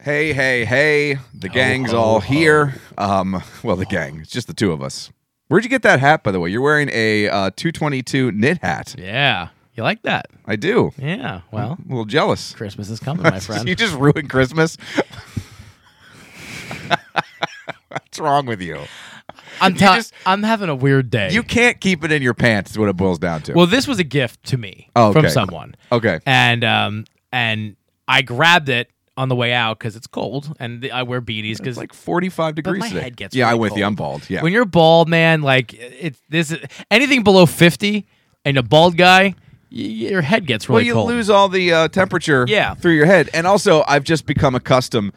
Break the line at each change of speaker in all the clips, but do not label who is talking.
Hey, hey, hey.
Oh,
The gang's
ho,
all
ho.
here. Um, well, the gang. It's just the two of us. Where'd you get that hat, by the way? You're wearing a uh, 222 knit hat.
Yeah. You like that? Hmm.
I do.
Yeah. Well,
I'm a little jealous.
Christmas is coming, my
you
friend.
just ruined Christmas. What's wrong with you?
I'm tell-
just-
I'm having a weird day.
You can't keep it in your pants, is what it boils down to.
well, this was a gift to me
Oh,
from
okay.
someone.
okay.
And um and I grabbed it on the way out cuz it's cold and the, I wear beaties cuz
It's like 45 degrees
my
today.
head gets
yeah,
really
I'm with you.
cold.
I'm bald. Yeah.
when you're bald, man, like it's this is, anything below 50 and a bald guy, y- your head gets really
well, you
cold.
lose all the uh, temperature
Yeah.
through your head. And also, I've just become accustomed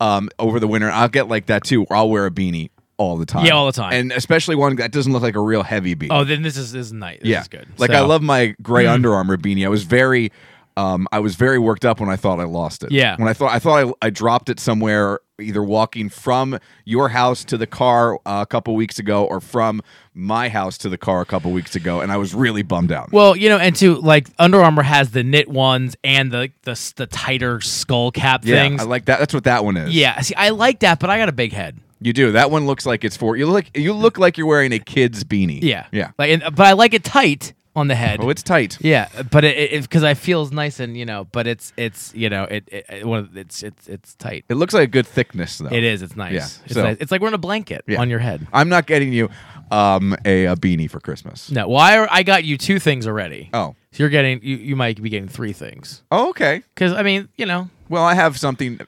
um, over the winter. I'll get like that too, where I'll wear a beanie all the time.
Yeah, all the time.
And especially one that doesn't look like a real heavy beanie.
oh, then this is this is nice. This
yeah.
is good.
Like,
So-
I
Mm.
love my gray Under Armour beanie. I was very. Um, I was very worked up when I thought I lost it.
Yeah.
When I thought I thought I, I dropped it somewhere, either walking from your house to the car uh, a couple weeks ago, or from my house to the car a couple weeks ago, and I was really bummed out.
Well, you know, and to like Under Armour has the knit ones and the the, the tighter skull cap
yeah,
things.
I like that. That's what that one is.
yeah, see, I like that, but I got a big head.
You do. That one looks like it's for you. Look, you look like you're wearing a kid's beanie.
Yeah,
yeah.
Like, and, but I like it tight on the head.
Oh, it's tight.
yeah, but it because I feels nice and you know, but it's it's you know it, it, it one of- it's it's it's tight.
It looks like a good thickness though.
It is. It's nice.
Yeah,
it's,
so-
nice. it's like wearing a blanket
Yeah.
on your head.
I'm not getting you um, a, a beanie for Christmas.
No, well, I, I got you two things already.
Oh.
so you're getting you, you might be getting three things
Oh, okay.
because I mean you know
Well, I have something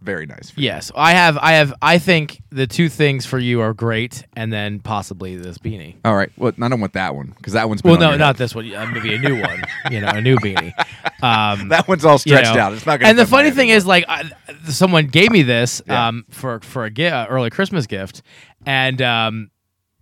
very nice. For you.
Yes, I have. I have. I think the two things for you are great, and then possibly this beanie.
All right. Well, I don't want that one because that one's been
Well,
on
no,
your
not
head.
this one. Uh, Maybe a new one. You know, a new beanie. Um,
that one's all
you
stretched
know.
out. It's not. Gonna
And the
fit my
funny
head
thing
anymore.
is, like, I, someone gave me this
Yeah.
um, for for a gi- uh, early Christmas gift, and um,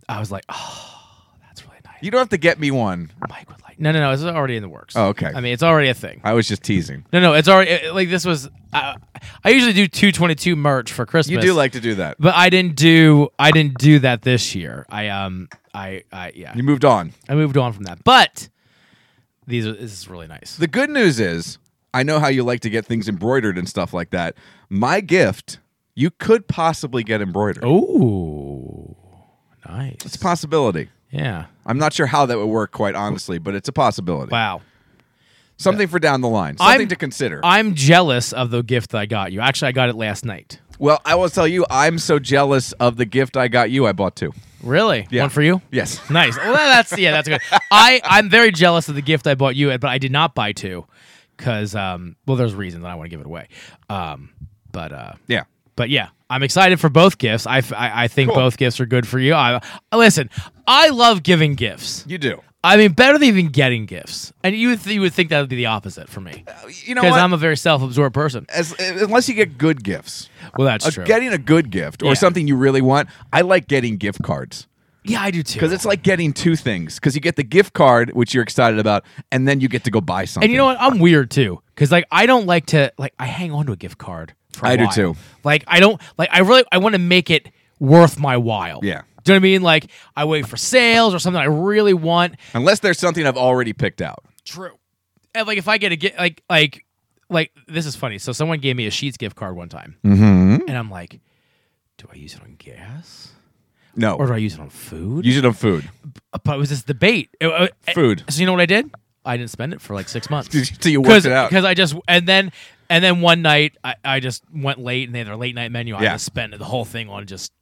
I was like, oh, that's really nice.
you don't have to get me one.
Mike would like. No, no, no. This is already in the works.
Oh, okay.
I mean, it's already a thing.
I was just teasing.
No, no, it's already it- like this was. Uh, I usually do two twenty two merch for Christmas.
You do like to do that.
But I didn't do I didn't do that this year. I um I I yeah.
You moved on.
I moved on from that. But these are this is really nice.
The good news is, I know how you like to get things embroidered and stuff like that. My gift, you could possibly get embroidered.
Oh.
It's
Nice.
a possibility.
Yeah.
I'm not sure how that would work, quite honestly, but it's a possibility.
Wow.
Something for down the line, something
I'm-
to consider.
I'm jealous of the gift I got you. Actually, I got it last night.
well, I will tell you, I'm so jealous of the gift I got you. I bought two.
Really?
Yeah.
One for you?
Yes.
Nice. Well, that's yeah, that's good. I I'm very jealous of the gift I bought you, but I did not buy two cuz um well there's reasons and I want to give it away. Um but uh
Yeah.
But yeah, I'm excited for both gifts. I, I, I think
Cool.
both gifts are good for you. I, uh, listen, I love giving gifts.
You do.
I mean, better than even getting gifts. And you would, th- you would think that would be the opposite for me
Uh, You know
because
what?
I'm a very self-absorbed person.
As, unless you get good gifts,
Well, that's
Uh,
true.
getting a good gift or
Yeah.
something you really want, I like getting gift cards
yeah, I do too.
because it's like getting two things because you get the gift card, which you're excited about, and then you get to go buy something.
and you know what? I'm weird too because like I don't like to like I hang on to a gift card. For a
I do
while.
too.
Like I don't like I really I want to make it worth my while.
Yeah.
Do you know what I mean? Like I wait for sales or something I really want.
Unless there's something I've already picked out.
True. And like if I get a get like like like this is funny. So someone gave me a Sheets gift card one time,
Mm-hmm.
and I'm like, do I use it on gas
No.
or do I use it on food?
Use it on food.
but it was this debate. It- uh, uh,
Food.
So you know what I did? I didn't spend it for like six months.
So you worked it out.
Because I just and then and then one night I, I just went late and they had their late night menu. I
Yeah.
just spent the whole thing on just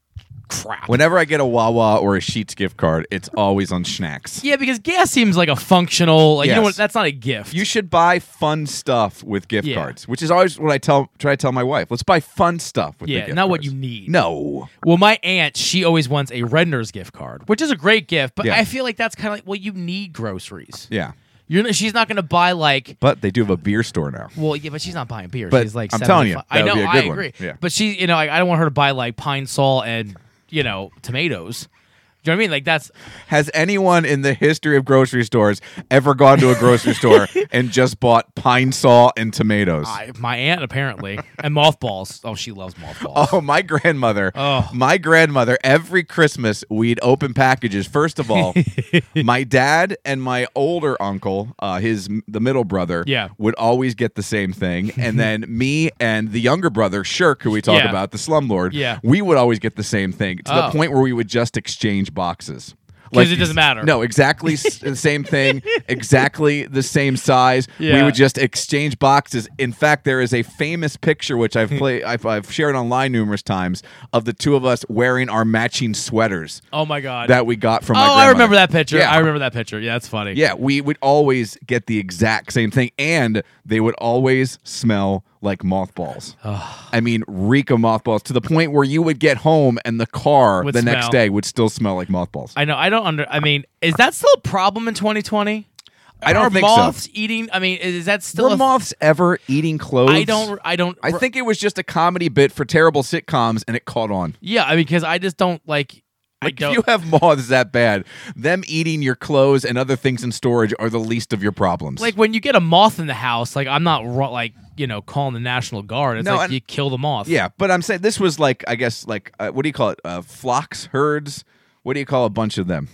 crap.
Whenever I get a Wawa or a Sheets gift card, it's always on snacks.
yeah, because gas seems like a functional. Like, You know
Yes.
what? That's not a gift.
You should buy fun stuff with gift
Yeah.
cards, which is always what I tell try to tell my wife. Let's buy fun stuff with the
yeah,
gift
not what you
cards.
need.
No.
Well, my aunt, she always wants a Redner's gift card, which is a great gift, but
Yeah.
I feel like that's kind of like, well, you need groceries.
Yeah.
You're not, she's not going to buy like,
But they do have a beer store now.
well, yeah, but she's not buying beer.
But
she's like,
I'm telling you,
75
that
I
would
know,
be a
I
good one.
agree.
Yeah.
But she, you know, I, I don't want her to buy like pine Sol and you know tomatoes. you know what I mean? Like that's
Has anyone in the history of grocery stores ever gone to a grocery store and just bought pine saw and tomatoes?
I, my aunt apparently, and mothballs. Oh, she loves mothballs.
Oh, my grandmother.
Oh.
My grandmother, every Christmas, we'd open packages. First of all, my dad and my older uncle, uh, his the middle brother,
Yeah.
would always get the same thing. And then me and the younger brother, Shirk, who we talk
Yeah.
about, the slumlord,
Yeah.
we would always get the same thing to
Oh.
the point where we would just exchange boxes.
Because it doesn't matter.
No, exactly s- the same thing, exactly the same size. We
Yeah.
would just exchange boxes. In fact, there is a famous picture which I've
Hmm.
played, I've, I've shared online numerous times of the two of us wearing our matching sweaters
Oh my god.
that we got from.
oh,
my
I
grandmother.
remember that picture.
Yeah.
I remember that picture. Yeah, that's funny.
Yeah, we would always get the exact same thing, and they would always smell like mothballs. I mean, reek of mothballs to the point where you would get home and the car
Would
the next
smell.
day would still smell like mothballs. I,
I know. I don't under. I mean, is that still a problem in 2020?
don't
Are
think
moths
so.
eating? I mean, is, is that still?
Were
a
moths ever eating clothes?
I don't. I don't.
I think it was just a comedy bit for terrible sitcoms, and it caught on.
Yeah, I mean, because I just don't like. I
Like,
don't.
if you have moths that bad, them eating your clothes and other things in storage are the least of your problems.
like when you get a moth in the house, like I'm not ro- like you know calling the national guard. It's
No,
like
and-
you kill the moth.
yeah, but I'm saying this was like, I guess, like, uh, what do you call it? Uh, flocks, herds. What do you call a bunch of them?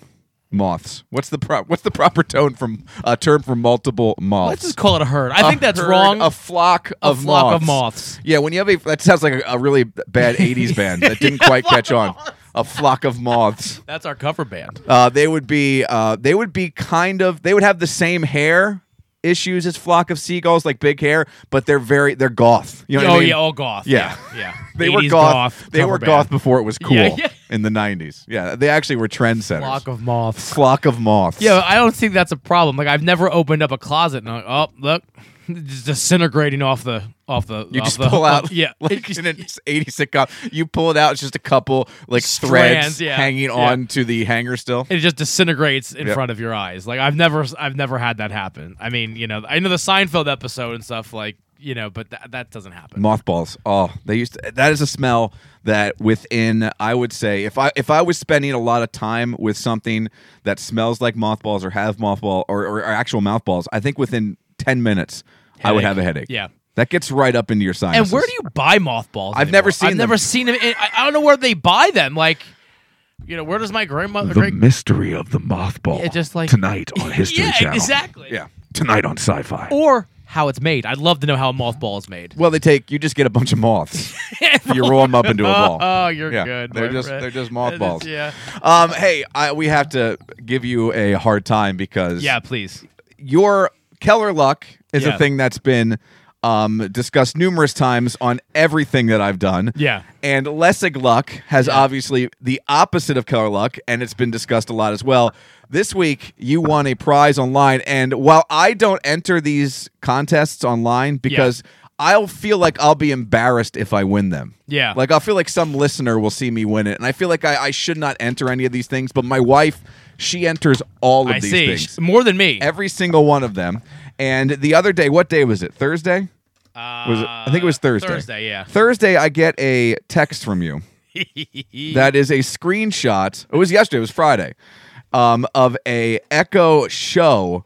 Moths. What's the pro- What's the proper tone from uh, term for multiple moths?
let's just call it a herd. I
A
think that's
herd,
wrong.
A flock
A
of
flock
moths.
of moths.
Yeah, when you have a that sounds like a, a really bad '80s band that didn't quite catch on. A flock of moths.
that's our cover band.
Uh, they would be uh, they would be kind of they would have the same hair issues as flock of seagulls, like big hair, but they're very they're goth. You know what
oh
I mean?
yeah, all goth.
Yeah.
yeah. yeah.
They were
80s
goth. they
cover
were
band.
goth before it was cool
Yeah, yeah.
in the '90s. Yeah, they actually were trendsetters.
Flock of moths.
Flock of moths.
Yeah, I don't think that's a problem. Like I've never opened up a closet and I'm like, oh look, just disintegrating off the off the.
You
off
just
the,
pull out,
uh, yeah.
like in an '80s sitcom. You pull it out; it's just a couple like threads
Strands, yeah.
hanging
Yeah.
on to the hanger still.
it just disintegrates in
Yep.
front of your eyes. Like I've never, I've never had that happen. I mean, you know, I know the Seinfeld episode and stuff, like you know, but that that doesn't happen.
Mothballs. Oh, they used to, that is a smell that within I would say if I if I was spending a lot of time with something that smells like mothballs or have mothball or, or, or actual mouthballs, I think within ten minutes I would
Headache.
have a headache.
Yeah.
that gets right up into your sinuses.
and where do you buy mothballs?
I've
anymore?
never seen
I've never
them.
seen them. I, I don't know where they buy them. Like, you know, where does my grandmother?
the
great-
mystery of the mothball.
Yeah, just like-
tonight on History
yeah,
Channel.
exactly.
Yeah.
Tonight on Sci-Fi.
Or how it's made. I'd love to know how a mothball is made.
Well, they take you just get a bunch of moths. you roll them up into a ball.
Oh, you're
Yeah,
good.
they're
my
just-
friend.
they're just mothballs.
Yeah.
Um, hey, I, we have to give you a hard time because
Yeah, please.
your Keller luck is a
Yeah.
thing that's been um, discussed numerous times on everything that I've done.
Yeah.
And Lessig luck has obviously the opposite of Keller luck, and it's been discussed a lot as well. This week, you won a prize online. And while I don't enter these contests online because I'll feel like I'll be embarrassed if I win them.
Yeah.
Like, I'll feel like some listener will see me win it. And I feel like I, I should not enter any of these things, but my wife, she enters all of
I
these
see.
things
More than me.
every single one of them. And the other day, what day was it? Thursday? Was it? I think it was
Uh,
Thursday.
Thursday, yeah.
Thursday, I get a text from you that is a screenshot. It was yesterday. It was Friday. Um, of a Echo show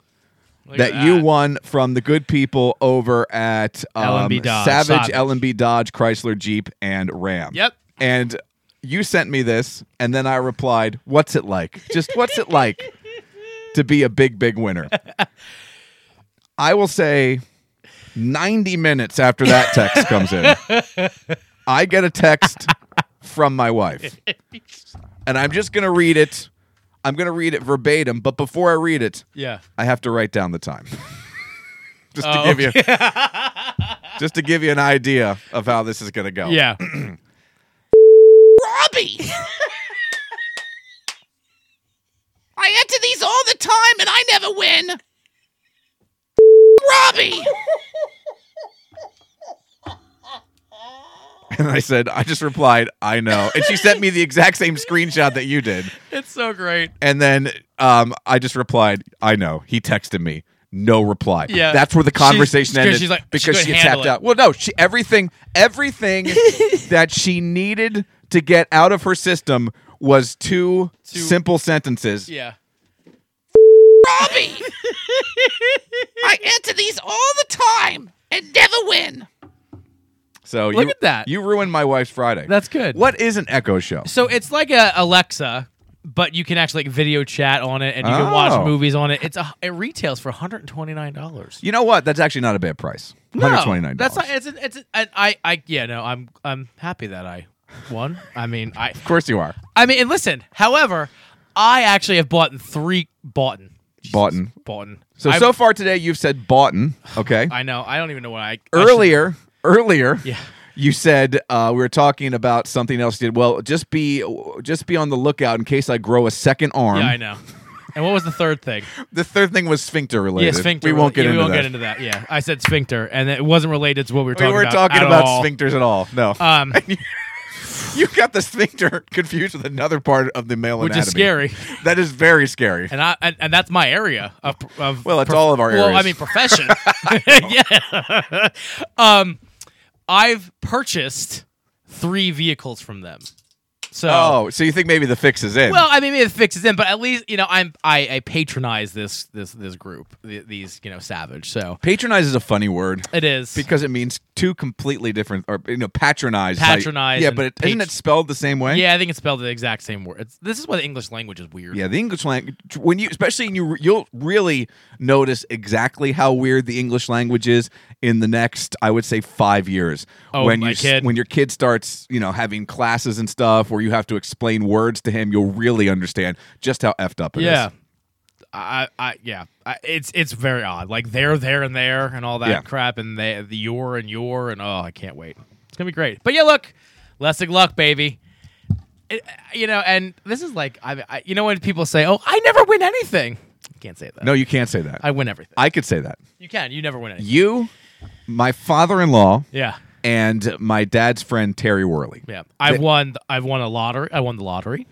Look
that,
at
you won from the good people over at um,
L&B Dodge,
Savage
Savage.
L&B Dodge Chrysler Jeep and Ram.
Yep.
And you sent me this, and then I replied, "What's it like? Just what's it like to be a big, big winner?" I will say, ninety minutes after that text comes in, I get a text from my wife and I'm just gonna read it. I'm gonna read it verbatim, but before I read it,
Yeah.
I have to write down the time. just to
Oh,
give you just to give you an idea of how this is gonna go.
Yeah.
Robbie! I enter these all the time and I never win! Robbie!
And I said, I just replied, I know. And she sent me the exact same screenshot that you did.
it's so great.
And then um, I just replied, I know. He texted me. No reply.
Yeah.
that's where the
She's-
conversation
'cause
ended
she's like, she
because
couldn't
she,
handle
tapped
it.
out. Well, no, she everything everything that she needed to get out of her system was two, simple sentences.
Yeah.
Robbie! I answer these all the time and never win.
So
Look
you,
at that.
You ruined my wife's Friday.
That's good.
What is an Echo Show?
So it's like a Alexa, but you can actually like video chat on it and you can
Oh.
watch movies on it. It's a it retails for $129.
You know what? That's actually not a bad price. One hundred twenty nine.
That's not it's a, it's a, I, I I yeah, no, I'm I'm happy that I won. I mean, I
Of course you are.
I mean, and listen, however, I actually have bought in three bought in. Jesus,
Bought in.
Bought in.
So
I,
so far today, you've said Boughton. Okay.
I know. I don't even know what I I should-
earlier, earlier.
Yeah.
You said uh, we were talking about something else. You did well. Just be, just be on the lookout in case I grow a second arm.
Yeah, I know. And what was the third thing?
The third thing was sphincter related.
Yeah, sphincter.
We won't get
Yeah,
into
we won't
that.
get into that. Yeah, I said sphincter, and it wasn't related to what we
we
were talking
were
about.
talking
at
about
all.
sphincters at all. No,
um,
you got the sphincter confused with another part of the male
which
anatomy,
is scary.
That is very scary.
And I and, and that's my area of, of
Well, it's all of our
well,
areas.
I mean profession. yeah. um, I've purchased three vehicles from them. So
oh, so you think maybe the fix is in?
Well, I mean, maybe it fixes in, but at least you know I'm I, I patronize this this this group, th- these you know savage. So
patronize is a funny word
it is
because it means two completely different, or you know, patronize. is how you-
Patronize
yeah,
and
but it, isn't
pat-
it spelled the same way?
yeah, I think it's spelled the exact same word. It's, this is why the English language is weird.
Yeah, the English language when you especially when you you'll really notice exactly how weird the English language is in the next I would say 5 years
Oh,
when
my
you s-
kid.
when your kid starts, you know, having classes and stuff where you have to explain words to him, you'll really understand just how effed up it is.
yeah. I, I yeah, I, it's it's very odd. Like there, there, and there, and all that
Yeah.
crap, and they, the your and your and oh, I can't wait. It's gonna be great. But yeah, look, Lessig luck, baby. It, uh, you know, and this is like I, I, you know, when people say, "Oh, I never win anything," can't say that.
No, you can't say that.
I win everything.
I could say that.
you can. You never win anything.
You, my father-in-law,
Yeah.
and my dad's friend Terry Worley.
Yeah, I've won. I've won a lottery. I won the lottery,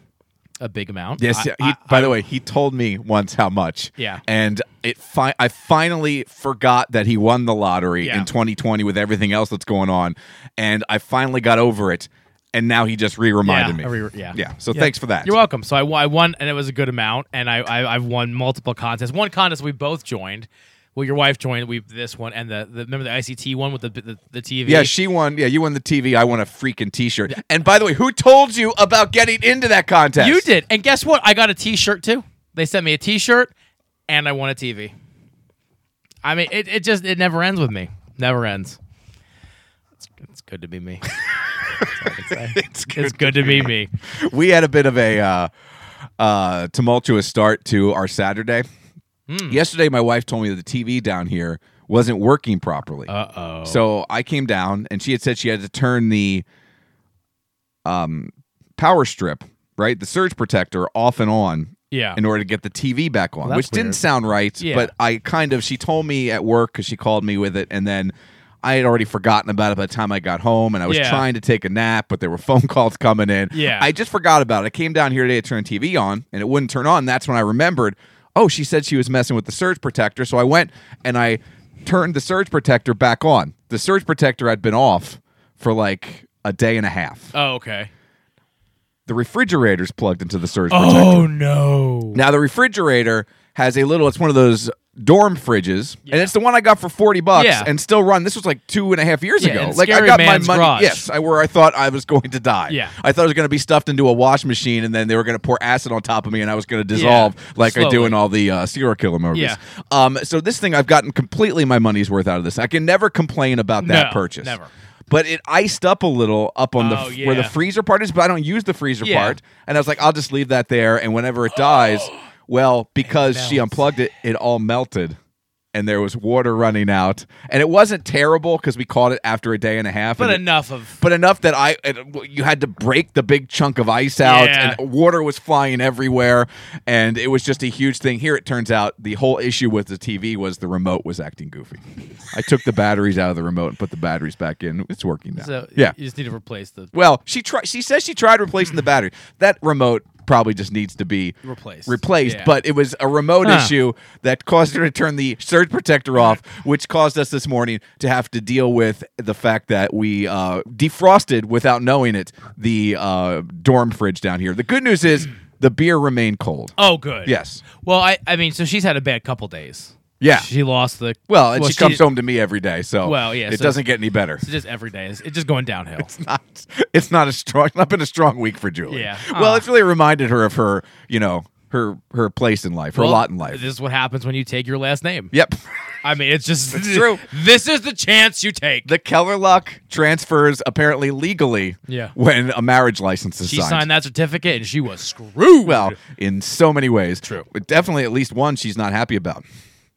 a big amount.
Yes.
I-
he,
I-
by the way, he told me once how much.
Yeah.
And it. Fi- I finally forgot that he won the lottery
Yeah.
in 2020 with everything else that's going on, and I finally got over it. And now he just re-reminded
Yeah,
me.
I re- yeah.
Yeah. So thanks for that.
You're welcome. So I, wo- I won, and it was a good amount, and I, I I've won multiple contests. One contest we both joined. Well, your wife joined. We this one and the, the remember the ICT one with the the, the TV.
Yeah, she won. Yeah, you won the TV. I won a freaking T-shirt. And by the way, who told you about getting into that contest?
you did. And guess what? I got a T-shirt too. They sent me a T-shirt, and I won a TV. I mean, it, it just it never ends with me. Never ends. It's, it's good to be me.
It's good.
It's good to be me.
we had a bit of a uh, uh, tumultuous start to our Saturday. Yesterday, my wife told me that the TV down here wasn't working properly.
Uh oh.
So I came down, and she had said she had to turn the um, power strip, right, the surge protector, off and on
Yeah.
in order to get the TV back on,
that's
which didn't
weird.
sound right.
Yeah.
But I kind of she told me at work because she called me with it, and then I had already forgotten about it by the time I got home, and I was
Yeah.
trying to take a nap, but there were phone calls coming in.
Yeah.
I just forgot about it. I came down here today to turn the TV on, and it wouldn't turn on. That's when I remembered. Oh, she said she was messing with the surge protector, so I went and I turned the surge protector back on. The surge protector had been off for like a day and a half.
oh okay.
The refrigerator's plugged into the surge protector.
Oh no.
Now the refrigerator has a little. It's one of those dorm fridges, and it's the one I got for forty bucks,
Yeah.
and still run. This was like two and a half years
Yeah,
ago.
in
Like I
Scary
got
Man's
my money.
garage.
Yes, I, where I thought I was going to die.
Yeah.
I thought it was going to be stuffed into a wash machine, and then they were going to pour acid on top of me, and I was going to dissolve like I do
slowly.
in all the uh, serial killer movies.
Yeah.
Um. So this thing, I've gotten completely my money's worth out of this. I can never complain about that
No,
purchase.
never.
But it iced up a little up on the
Oh,
f- where the
yeah.
freezer part is, but I don't use the freezer
Yeah.
part. And I was like, I'll just leave that there. And whenever it dies, well, because she
melts.
unplugged it, it all melted. And there was water running out. And it wasn't terrible because we caught it after a day and a half.
But
and it-
enough of
but enough that I it, you had to break the big chunk of ice out,
Yeah.
and water was flying everywhere, and it was just a huge thing. Here, it turns out the whole issue with the TV was the remote was acting goofy. I took the batteries out of the remote and put the batteries back in. It's working now.
so
yeah.
You just need to replace the
Well, she tried. She says she tried replacing the battery. That remote probably just needs to be
Replaced.
Replaced,
Yeah.
but it was a remote
Huh.
issue that caused her to turn the surge protector off, which caused us this morning to have to deal with the fact that we uh, defrosted without knowing it the uh, dorm fridge down here. The good news is the beer remained cold.
Oh, good.
Yes.
Well, I, I mean, so she's had a bad couple days.
Yeah.
She lost the.
Well, and she comes home to me every day, so
Well, yeah,
it
so-
doesn't get any better.
It's just every day. It's, it's just going downhill.
not- it's not a strong not been a strong week for Julie.
Yeah.
Well,
Aw.
it's really reminded her of her, you know, her her place in life, her
Well,
lot in life.
This is what happens when you take your last name.
yep.
I mean, it's just
true.
This is the chance you take.
The Kellerlock transfers apparently legally
Yeah.
when a marriage license is
she
signed.
signed that certificate and she was screwed.
well, in so many ways.
True.
But definitely at least one she's not happy about.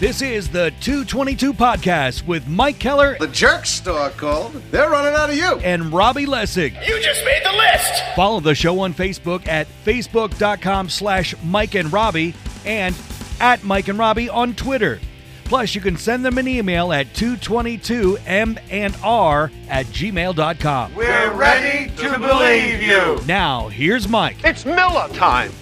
This is the 222 Podcast with Mike Keller
The jerk store called. They're running out of you.
and Robbie Lessig.
You just made the list!
Follow the show on Facebook at facebook.com slash Mike and Robbie and at Mike and Robbie on Twitter. Plus, you can send them an email at 222mnr at gmail.com.
We're ready to believe you.
Now, here's Mike.
It's Miller time.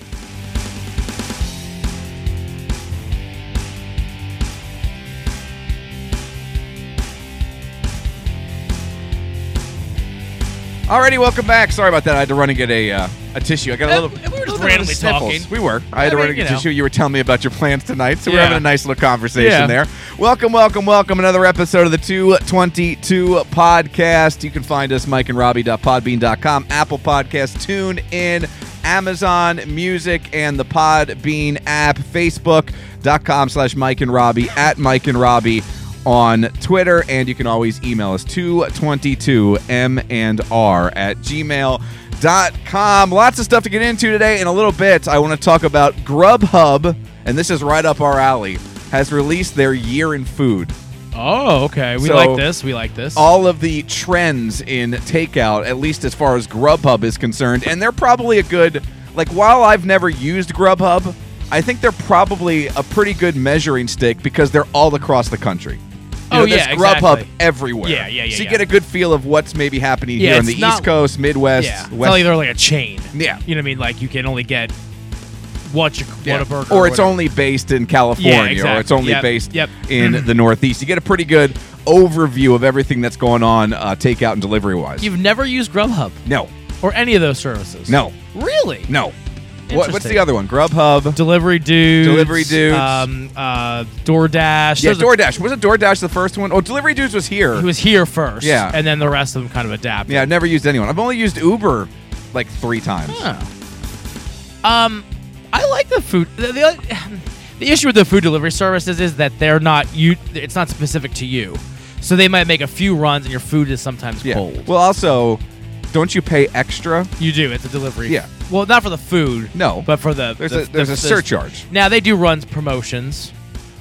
Alrighty, welcome back. Sorry about that. I had to run and get a uh, a tissue. I got a
Uh,
little
we were just
little bit of
randomly
sniffles.
talking.
We were. I had
I
to run
mean,
and get
you know.
tissue. You were telling me about your plans tonight, so we're
Yeah.
having a nice little conversation
Yeah.
there. Welcome, welcome, welcome. Another episode of the 222 podcast. You can find us, Mike and Robbie.podbean.com, Apple Podcast, Tune In, Amazon Music, and the Podbean app, Facebook.com slash Mike and Robbie, at Mike and Robbie on Twitter, and you can always email us 222m and r at gmail.com. Lots of stuff to get into today. In a little bit, I want to talk about Grubhub, and this is right up our alley, has released their year in food.
Oh, okay. We
So-
like this. We like this.
All of the trends in takeout, at least as far as Grubhub is concerned, and they're probably a good, like, while I've never used Grubhub, I think they're probably a pretty good measuring stick because they're all across the country. You
Oh,
know, there's
yeah,
Grubhub
exactly.
everywhere.
Yeah, yeah, yeah,
So you
yeah.
get a good feel of what's maybe happening
Yeah,
here on
it's
the
not-
East Coast, Midwest,
yeah. It's
West.
not like they're like a chain.
Yeah.
You know what I mean? Like you can only get what you
Yeah.
what a burger.
or it's
whatever.
only based in California, or it's
exactly.
only
Yep,
based
yep. Mm-hmm.
in the Northeast. You get a pretty good overview of everything that's going on uh, takeout and delivery wise.
You've never used Grubhub
no,
or any of those services.
no,
Really?
no. What, what's
Interesting.
the other one? Grubhub.
Delivery dudes.
Delivery dudes.
Um, uh, DoorDash.
yeah,
Those are-
DoorDash. Wasn't DoorDash the first one? Oh, Delivery Dudes was here.
He was here first.
Yeah.
And then the rest of them kind of adapt.
yeah, I've never used anyone. I've only used Uber like three times.
Um, I like the food. The, the, the issue with the food delivery services is that they're not you. It's not specific to you, so they might make a few runs, and your food is sometimes
Yeah.
cold.
Well, also, don't you pay extra?
You do. It's a delivery.
Yeah.
Well, not for the food.
No.
But for the
There's
the-
a- there's
the-
a
the-
surcharge.
Now they do runs promotions,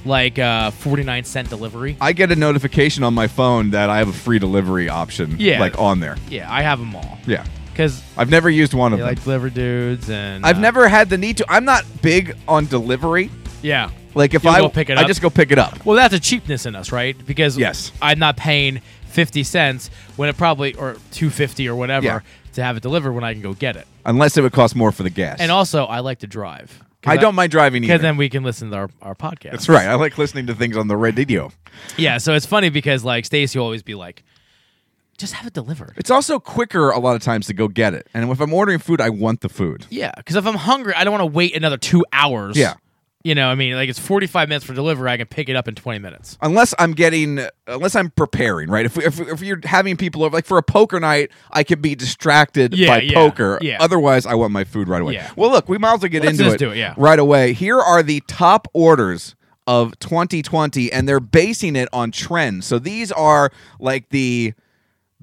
like uh, forty nine cent delivery.
I get a notification on my phone that I have a free delivery option.
Yeah.
like on there.
Yeah, I have them all
Yeah,
because
I've never used one of
they
them.
like delivery dudes and
I've
uh,
never had the need to. I'm not big on delivery.
yeah.
Like if
You'll
I
go pick it
I
up?
just go pick it up.
Well, that's a cheapness in us, right? Because
Yes.
I'm not paying fifty cents when it probably or two fifty or whatever
Yeah.
to have it delivered when I can go get it.
Unless it would cost more for the gas.
And also, I like to drive.
I don't mind driving either.
because then we can listen to our, our podcast.
That's right. I like listening to things on the radio.
Yeah, so it's funny because like Stacy will always be like, just have it delivered.
It's also quicker a lot of times to go get it. And if I'm ordering food, I want the food.
Yeah, because if I'm hungry, I don't want to wait another two hours.
Yeah.
You know, I mean, like it's 45 minutes for delivery. I can pick it up in 20 minutes.
Unless I'm getting, unless I'm preparing, right? If, we- if, if you're having people over, like for a poker night, I could be distracted
Yeah,
by
yeah,
poker.
yeah.
Otherwise, I want my food right away.
Yeah.
Well, look, we might as well get
Let's
into
just
it,
do it, yeah.
right away. Here are the top orders of 2020, and they're basing it on trends. So these are like the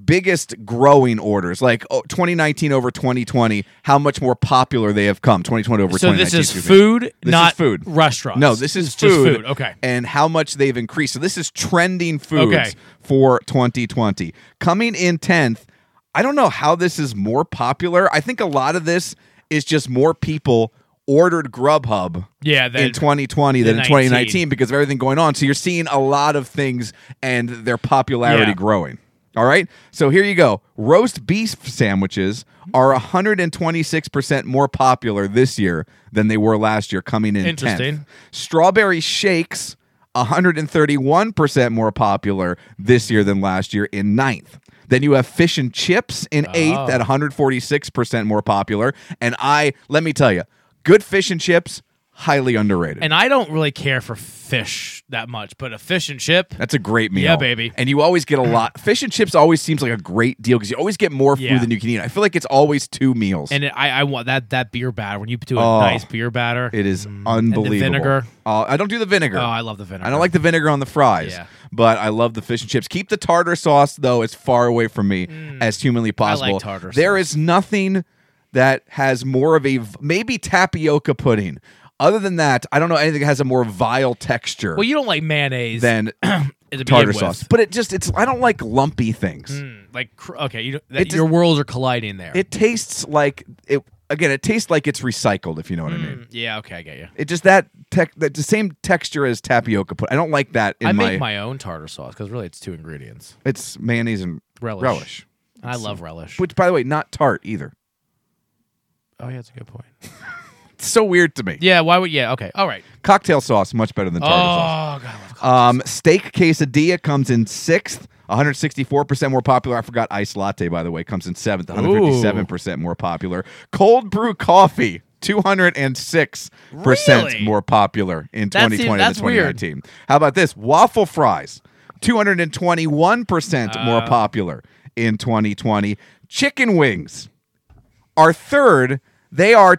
biggest growing orders, like oh, 2019 over 2020, how much more popular they have come. 2020 over
So
2019.
this is
excuse me.
food,
This
not
is food.
restaurants.
No, this is
It's just
food.
food, okay.
And how much they've increased. So this is trending foods
Okay.
for 2020. Coming in 10th, I don't know how this is more popular. I think a lot of this is just more people ordered Grubhub
Yeah,
in
that-
2020 than in
19.
2019 because of everything going on. So you're seeing a lot of things and their popularity
Yeah.
growing. All right. So here you go. Roast beef sandwiches are 126% more popular this year than they were last year, coming in 10th.
Interesting.
Strawberry shakes, 131% more popular this year than last year in ninth. Then you have fish and chips
Ah.
in eighth at 146% more popular. And I, let me tell you, good fish and chips, highly underrated.
and I don't really care for fish that much, but a fish and chip.
That's a great meal.
Yeah, baby.
And you always get a lot. Fish and chips always seems like a great deal because you always get more food
Yeah.
than you can eat. I feel like it's always two meals.
And it, I, I want that that beer batter when you do a
Oh.
nice beer batter.
it is
Mm. the
unbelievable.
vinegar.
Uh, I don't do the vinegar.
oh, I love the vinegar.
I don't like the vinegar on the fries,
Yeah.
but I love the fish and chips. Keep the tartar sauce though as far away from me as humanly possible.
Mm. tartar
There
sauce.
is nothing that has more of a v- maybe tapioca pudding. Other than that, I don't know anything that has a more vile texture
Well, you don't like mayonnaise.
than
to begin
tartar
with. Mm.
sauce. But it just it's I don't like lumpy things.
like cr- okay, you, don't- that,
just-
your worlds are colliding there.
It tastes like it again. It tastes like it's recycled. If you know what I mean.
yeah, okay, I get you.
It just that tech that the same texture as tapioca. Put I don't like that. In
I
my,
make my own tartar sauce because really it's two ingredients.
it's mayonnaise and
Relish.
relish.
And I love relish.
which by the way, not tart either.
oh yeah, that's a good point.
It's so weird to me.
Yeah, why would yeah? Okay, all right.
Cocktail sauce much better than
Oh
tartar sauce.
god, I love coffee.
Um, steak quesadilla comes in sixth. 164% more popular. I forgot iced latte, by the way, comes in seventh. 157% more popular. Cold brew coffee, 206%
Really?
more popular in
That seems-
2020 than
that's weird.
2019. How about this? Waffle fries,
Uh.
221% more popular in 2020. Chicken wings are third. They are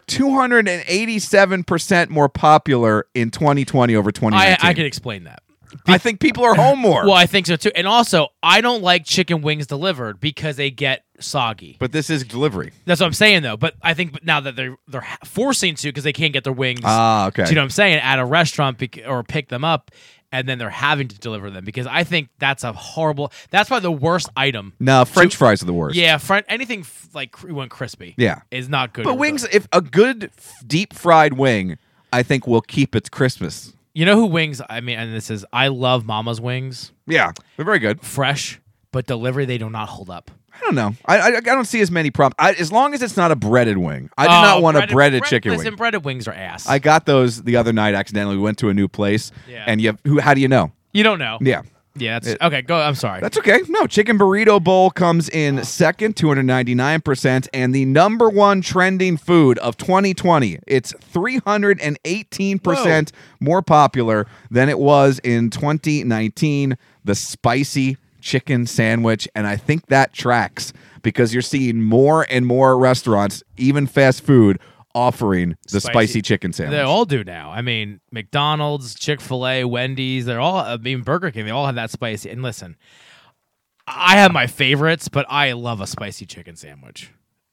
287% more popular in 2020 over 2019.
I I can explain that.
I think people are home more.
Well, I think so too. And also, I don't like chicken wings delivered because they get soggy.
but this is delivery.
That's what I'm saying though. But I think now that they're they're ha- forcing to because they can't get their wings.
Ah, okay.
Do you know what I'm saying? At a restaurant bec- or pick them up, and then they're having to deliver them because I think that's a horrible. That's probably the worst item.
No, French fries are the worst.
Yeah, front anything f- like cr- when crispy.
Yeah.
is not good.
But
for
wings,
them.
if a good f- deep fried wing, I think will keep its Christmas.
You know who wings? I mean, and this is I love Mama's wings,
Yeah, they're very good.
fresh, but delivery they do not hold up.
I don't know. I I, I don't see as many problems. I, as long as it's not a breaded wing, I do
Oh,
not want a breaded chicken
Listen,
wing.
breaded wings are ass.
I got those the other night accidentally. We went to a new place,
Yeah.
and you who? How do you know?
you don't know.
Yeah.
yeah. That's, okay, go. I'm sorry.
That's okay. No, chicken burrito bowl comes
Oh.
in second, 299%, and the number one trending food of 2020. It's 318% more popular than it was in 2019, the spicy chicken sandwich, and I think that tracks because you're seeing more and more restaurants, even fast food, offering the
Spicy.
spicy, chicken sandwich.
They all do now. I mean, McDonald's, Chick Fil A, Wendy's. They're all. I mean, Burger King. They all have that spicy. And listen, I have my favorites, but I love a spicy chicken sandwich.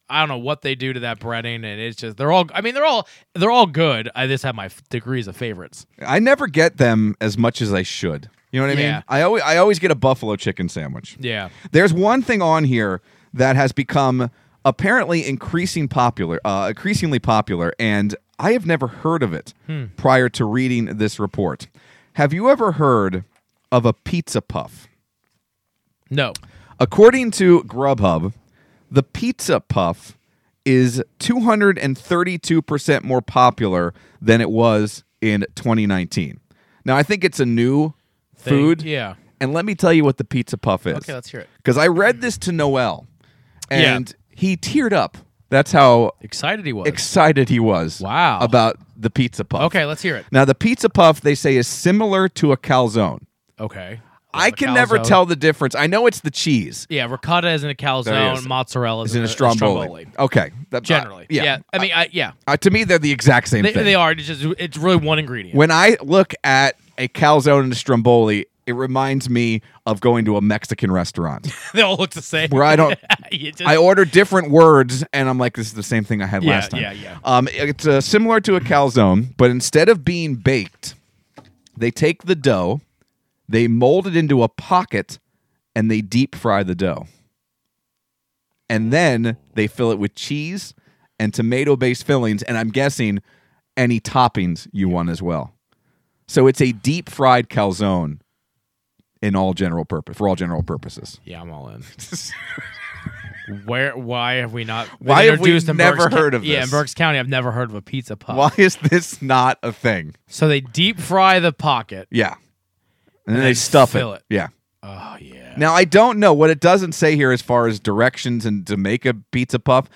I don't know what they do to that breading, and it's just they're all. I mean, they're all they're all good. I just have my f- degrees of favorites.
I never get them as much as I should. You know what I
Yeah.
mean? I always I always get a buffalo chicken sandwich.
Yeah.
There's one thing on here that has become apparently increasing popular, uh, increasingly popular, and I have never heard of it prior to reading this report. Have you ever heard of a pizza puff?
No.
According to Grubhub, the pizza puff is 232% more popular than it was in 2019. Now, I think it's a new
Thing.
food.
Yeah.
And let me tell you what the pizza puff is.
Okay, let's hear it.
Because I read this to Noel
Yeah.
and he teared up. That's how
Excited he was.
excited he was
Wow.
about the pizza puff.
okay, let's hear it.
Now, the pizza puff, they say, is similar to a calzone.
Okay.
I
The
can never
calzone.
tell the difference. I know it's the cheese.
Yeah, ricotta is in a
There
calzone.
he is.
Mozzarella is
is in a stromboli. Okay, That-
Generally,
uh,
yeah. I mean, I, yeah,
Uh, to me, they're the exact same
they,
thing.
they are. It's just it's really one ingredient.
When I look at a calzone and a stromboli, it reminds me of going to a Mexican restaurant
they all look the same.
where I don't.
You just-
I order different words, and I'm like, this is the same thing I had
Yeah,
last time.
yeah, yeah.
Um, it's uh, similar to a calzone, but instead of being baked, they take the dough, they mold it into a pocket, and they deep fry the dough. And then they fill it with cheese and tomato based fillings, and I'm guessing any toppings you want as well. So it's a deep fried calzone in all general purpose for all general purposes.
yeah, I'm all in. Where? Why have we not? been
Why have we
introduced in
never
Berks Coun-
heard of
Yeah, in
this?
Berks County, I've never heard of a pizza pub.
Why is this not a thing?
So they deep fry the pocket.
Yeah. And, then
then
they stuff it.
fill it.
Yeah.
Oh yeah.
Now I don't know what it doesn't say here as far as directions and to make a pizza puff.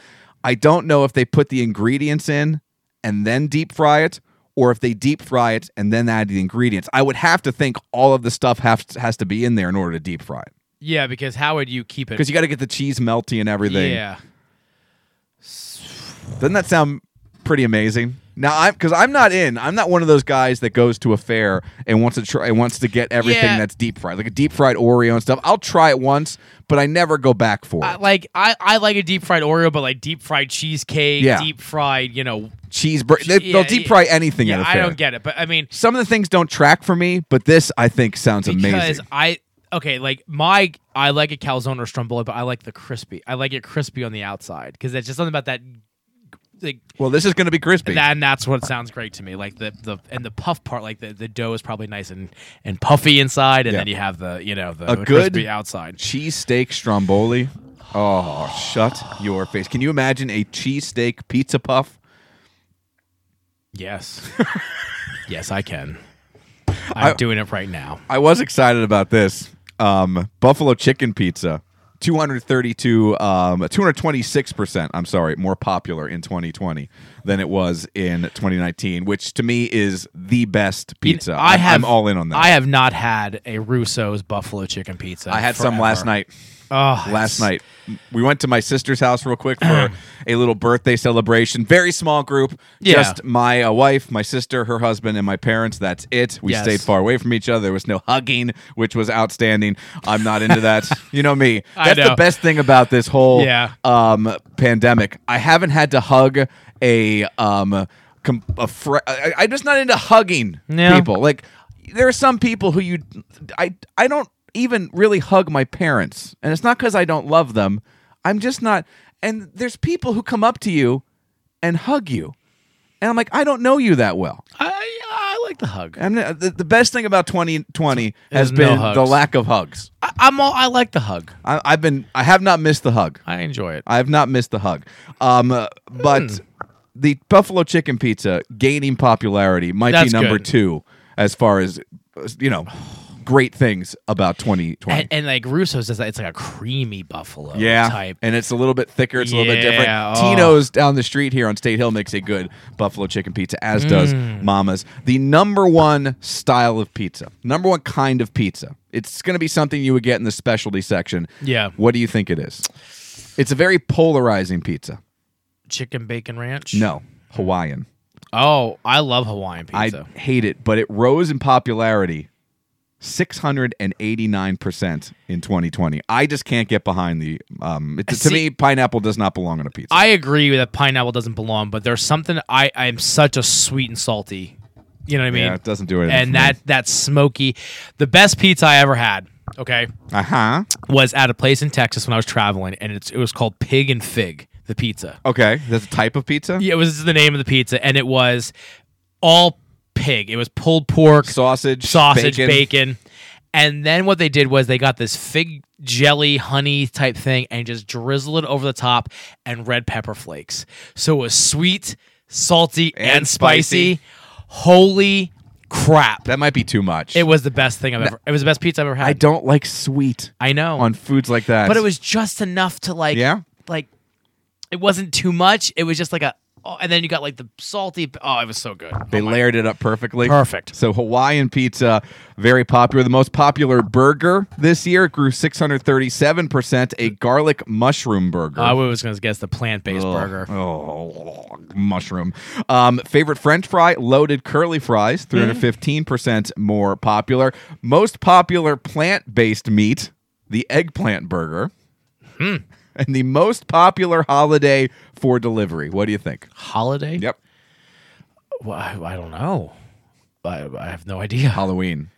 I don't know if they put the ingredients in and then deep fry it or if they deep fry it and then add the ingredients. I would have to think all of the stuff have, has to be in there in order to deep fry it
Yeah, because how would you keep it?
because you got to get the cheese melty and everything.
yeah.
Doesn't that sound pretty amazing? Now I'm because I'm not in. I'm not one of those guys that goes to a fair and wants to try and wants to get everything
Yeah.
that's deep fried, like a deep fried Oreo and stuff. I'll try it once, but I never go back for it.
I, like I, I like a deep fried Oreo, but like deep fried cheesecake,
Yeah.
deep fried, you know.
Cheese, bur- they,
yeah,
they'll deep fry anything at
Yeah,
a
I
fair.
don't get it, but I mean,
Some of the things don't track for me, but this I think sounds
because
amazing.
I okay, like my I like a calzone or stromboli, but I like the crispy. I like it crispy on the outside because it's just something about that. Like
Well, this is going to be crispy.
that, and that's what sounds great to me. Like the the and the puff part, like the, the dough is probably nice and and puffy inside, and
Yeah.
then you have the you know the,
A
the
good-
crispy outside.
cheesesteak stromboli. Oh, shut your face! Can you imagine a cheesesteak pizza puff?
Yes, yes, I can.
I-
I'm doing it right now.
I was excited about this. Um, Buffalo chicken pizza, 232, um, 226%, I'm sorry, more popular in 2020 than it was in 2019, which to me is the best
You-
pizza. I'm- I'm all in on that.
I
I,
have not had a Russo's buffalo chicken pizza.
had some
forever.
last night.
Oh,
Last night, we went to my sister's house real quick for a little birthday celebration. Very small group,
Yeah.
just my uh, wife, my sister, her husband, and my parents. That's it. We
Yes.
stayed far away from each other. There was no hugging, which was outstanding. I'm not into that. you know me.
I
That's
know.
the best thing about this whole
Yeah.
um, pandemic. I haven't had to hug a um, com- a fr- I, I'm just not into hugging
Yeah.
people. Like there are some people who you I I don't even really hug my parents, and it's not because I don't love them. I'm just not. And there's people who come up to you and hug you, and I'm like, I don't know you that well.
I, I like the hug.
I'm not- the, the best thing about 2020 has
no
been
hugs.
the lack of hugs.
I, I'm all. I like the hug.
I, I've been I have not missed the hug.
I enjoy it. Hmm.
I have not missed the hug. Um, uh, but the buffalo chicken pizza gaining popularity might
That's
be number
good.
two as far as uh, you know great things about 2020.
And, and like Russo's does that. It's like a creamy buffalo
yeah,
type.
and it's a little bit thicker. It's a little bit different.
Yeah, oh.
Tino's down the street here on State Hill makes a good buffalo chicken pizza, as does
Mm.
Mama's. The number one style of pizza, number one kind of pizza. It's going to be something you would get in the specialty section.
Yeah.
What do you think it is? It's a very polarizing pizza.
Chicken bacon ranch.
No, Hawaiian.
Oh, I love Hawaiian pizza.
I hate it, but it rose in popularity 689% in 2020. I just can't get behind the um it, to
Uh, See-
me pineapple does not belong on a pizza.
I agree that pineapple doesn't belong, but there's something I I am such a sweet and salty. You know what I mean?
yeah, it doesn't do it.
and that that smoky, the best pizza I ever had. Okay,
uh-huh.
was at a place in Texas when I was traveling, and it's, it was called Pig and Fig, the pizza.
Okay, that's a type of pizza?
Yeah, it was the name of the pizza, and it was all pig. It was pulled pork,
Sausage,
sausage,
bacon.
bacon. And then what they did was they got this fig jelly honey type thing and just drizzle it over the top and red pepper flakes. So it was sweet, salty, and,
And
spicy.
spicy.
Holy crap.
That might be too much.
it was the best thing I've ever. It was the best pizza I've ever had.
I don't like sweet
I know
on foods like that.
but it was just enough to like
Yeah?
like it wasn't too much it was just like a Oh, and then you got like the salty. Oh, it was so good.
They layered it up perfectly.
Perfect.
So Hawaiian pizza, very popular. The most popular burger this year grew 637%, a garlic mushroom burger.
I was going to guess the plant based
Ugh.
burger.
Oh, mushroom. Um, favorite French fry, loaded curly fries,
Mm-hmm.
315% more popular. Most popular plant based meat, the eggplant burger.
Hmm.
And the most popular holiday for delivery. What do you think?
Holiday?
Yep.
Well, I, I don't know. I, I have no idea.
Halloween.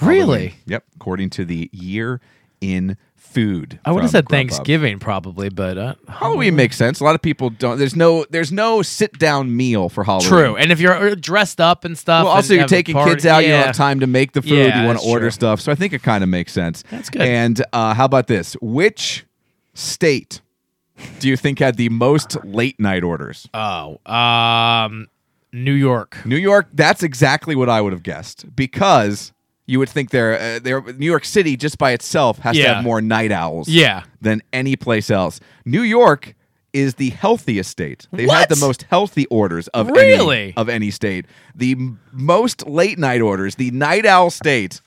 Really?
Yep. According to the year in food.
I would have
from
said
Grubhub.
Thanksgiving probably, but uh,
Halloween makes sense. A lot of people don't. There's no. There's no sit down meal for Halloween.
true. And if you're dressed up and stuff,
Well,
and
also you're
have a
taking
party-
kids out. You
yeah.
don't have time to make the food.
Yeah,
you want to
that's
order
true.
stuff. So I think it kind of makes sense.
That's good.
And uh, how about this? Which state do you think had the most late night orders?
Oh, um, New York.
New York. That's exactly what I would have guessed because you would think they're, uh, they're New York City just by itself has to
Yeah.
have more night owls.
Yeah.
than any place else. New York is the healthiest state. They had
What?
the most healthy orders of
Really?
any of any state. The m- most late night orders, the night owl state,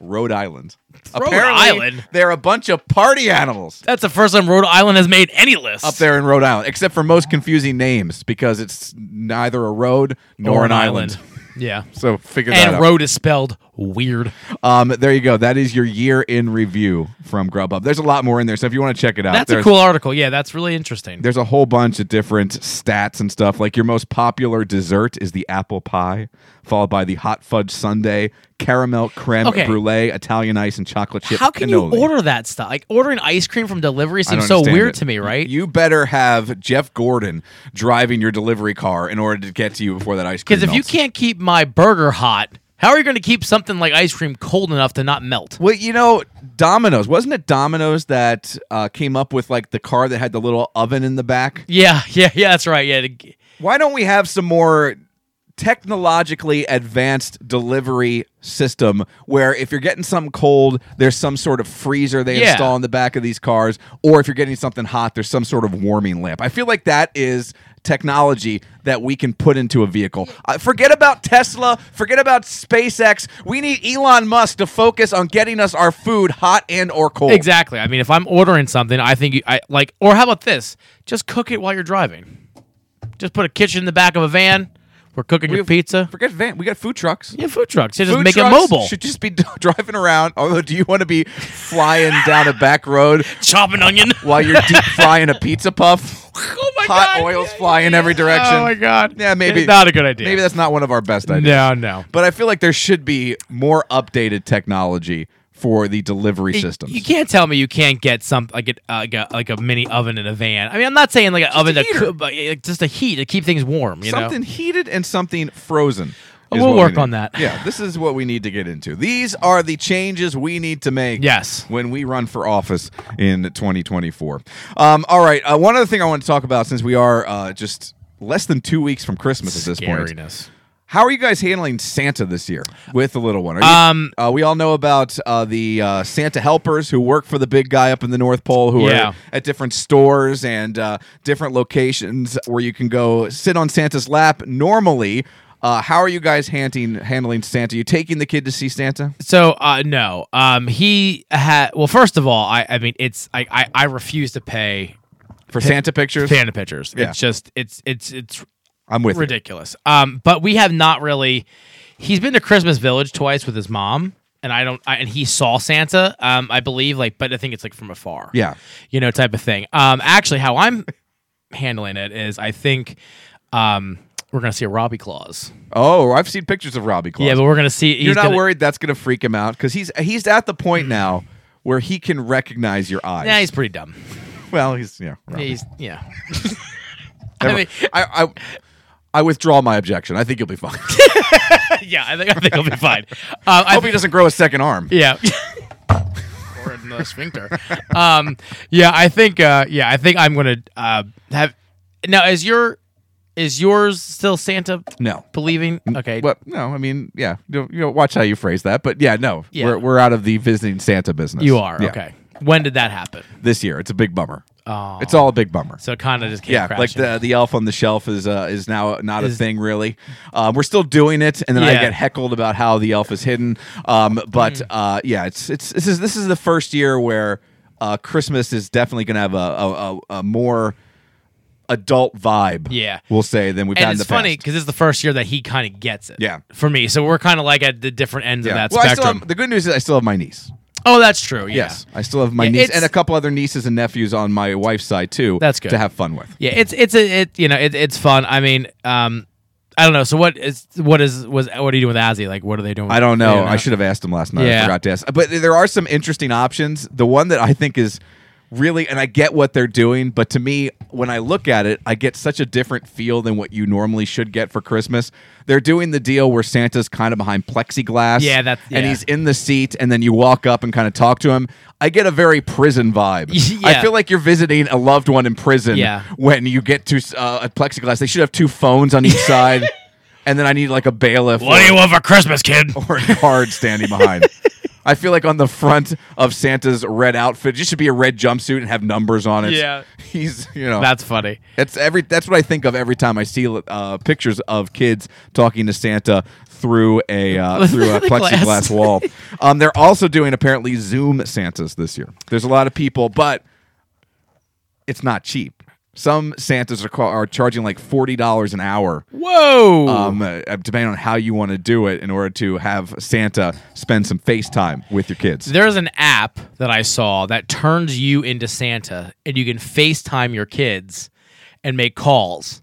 Rhode Island.
Rhode Island?
They're a bunch of party animals
That's the first time Rhode Island has made any list.
up there in Rhode Island, except for most confusing names because it's neither a road nor, an island.
Yeah.
So figure that
And
out.
road is spelled weird.
Um, there you go. That is your year in review from Grubhub. There's a lot more in there, so if you want to check it out,
That's a
there's-
cool article. Yeah, that's really interesting.
There's a whole bunch of different stats and stuff. Like your most popular dessert is the apple pie, followed by the hot fudge sundae, caramel creme
Okay.
brulee, Italian ice, and chocolate chip.
How can
cannoli.
you order that stuff? Like ordering ice cream from delivery
I don't
seems so
understand
weird
it.
to me, right?
You better have Jeff Gordon driving your delivery car in order to get to you before that ice cream.
Because if you
melts.
can't keep my burger hot, how are you going to keep something like ice cream cold enough to not melt?
Well, you know, Domino's wasn't it Domino's that uh, came up with like the car that had the little oven in the back?
Yeah, yeah, yeah. That's right. Yeah, to-
Why don't we have some more technologically advanced delivery system where if you're getting something cold, there's some sort of freezer they
Yeah.
install in the back of these cars, or if you're getting something hot, there's some sort of warming lamp. I feel like that is technology that we can put into a vehicle. Uh, forget about Tesla, forget about SpaceX. We need Elon Musk to focus on getting us our food hot and or cold.
exactly. I mean, if I'm ordering something, I think you, I like. Or how about this? Just cook it while you're driving. Just put a kitchen in the back of a van. We're cooking your
We've-
pizza.
Forget van. We got food trucks.
Yeah, food trucks. Yeah, just
Food
make it
trucks
mobile.
Should just be driving around. Although, do you want to be flying down a back road
Chop an onion.
while you're deep frying a pizza puff?
oh my
Hot
God.
oils fly in every direction.
Oh my god.
Yeah, maybe
It's not a good idea.
Maybe that's not one of our best ideas.
no, no.
But I feel like there should be more updated technology for the delivery
Y-
systems.
You can't tell me you can't get some like a, uh, like a like a mini oven in a van. I mean, I'm not saying like an oven to
heater.
cook, but uh, just a heat to keep things warm. You
something
know,
heated and something frozen.
Oh,
is
we'll
what we
work on
need.
that.
Yeah, this is what we need to get into. These are the changes we need to make.
Yes.
when we run for office in 2024. Um, all right. Uh, one other thing I want to talk about since we are uh, just less than two weeks from Christmas at this point.
Scariness.
How are you guys handling Santa this year with the little one? Are you,
Um,
uh, we all know about uh, the uh, Santa helpers who work for the big guy up in the North Pole, who
Yeah.
are at different stores and uh, different locations where you can go sit on Santa's lap normally. Uh, how are you guys handling handling Santa? You taking the kid to see Santa?
So uh, no, um, he had. Well, first of all, I I mean, it's I I, I refuse to pay
For Santa pictures?
panda pictures.
Yeah.
It's just it's it's it's
I'm with you.
ridiculous. Um, but we have not really. He's been to Christmas Village twice with his mom, and I don't. I, and he saw Santa, um, I believe. Like, but I think it's like from afar.
Yeah.
you know, type of thing. Um, actually, how I'm handling it is, I think, um, we're gonna see a Robbie Claus.
Oh, I've seen pictures of Robbie Claus.
Yeah, but we're gonna see.
You're
he's
not
gonna-
worried that's going to freak him out because he's he's at the point now where he can recognize your eyes.
Yeah, he's pretty dumb.
well, he's yeah. Robbie.
He's yeah.
Never-
I mean-
I, I I withdraw my objection. I think you'll be fine.
yeah, I think I think he'll be fine. Um, I
I hope he doesn't grow a second arm.
Yeah. or another sphincter. um, yeah, I think. Uh, yeah, I think I'm gonna uh, have. Now, is your is yours still Santa
No.
believing? Okay.
Well, no, I mean, yeah, you know, you know, watch how you phrase that, but yeah, no,
Yeah.
we're we're out of the visiting Santa business.
You are
Yeah.
okay. When did that happen?
this year. It's a big bummer. It's all a big bummer.
So it kind of just came
yeah,
crashing.
like the the elf on the shelf is uh, is now not a
Is-
thing really. Um, we're still doing it, and then I
Yeah. Mm.
get heckled about how the elf is hidden. Um, but uh, yeah, it's it's this is this is the first year where uh, Christmas is definitely going to have a, a, a, a more adult vibe.
Yeah.
we'll say than we've had
and
in
it's
the
funny
past.
because it's the first year that he kind of gets it.
Yeah.
For me, so we're kind of like at the different ends
Yeah.
of that
well, I still
spectrum.
have, the good news is I still have my niece.
oh, that's true. Yeah.
Yes, I still have my
Yeah,
niece
it's-
and a couple other nieces and nephews on my wife's side too.
That's good.
to have fun with.
Yeah, it's it's a it you know it, it's fun. I mean, um, I don't know. So what is what is was what are you doing with Azzy? Like, what are they doing?
I don't know.
You
I should have asked him last night. I
Yeah.
forgot to ask. But there are some interesting options. The one that I think is really, and I get what they're doing, but to me, when I look at it, I get such a different feel than what you normally should get for Christmas. They're doing the deal where Santa's kind of behind plexiglass.
Yeah, that's-
and
yeah.
he's in the seat, and then you walk up and kind of talk to him. I get a very prison vibe. I
Yeah.
feel like you're visiting a loved one in prison.
Yeah.
When you get to uh, a plexiglass, they should have two phones on each side. And then I need like a bailiff.
What
or-
do you want for Christmas, kid?
or a card standing behind. I feel like on the front of Santa's red outfit, it just should be a red jumpsuit and have numbers on it.
Yeah.
he's you know that's
That's funny.
every that's what I think of every time I see uh, pictures of kids talking to Santa through a uh, through a
The glass.
plexiglass wall. Um, they're also doing apparently Zoom Santas this year. There's a lot of people, but it's not cheap. Some Santas are, ca- are charging like forty dollars an hour
Whoa.
um, uh, depending on how you want to do it in order to have Santa spend some FaceTime with your kids.
There's an app that I saw that turns you into Santa, and you can FaceTime your kids and make calls.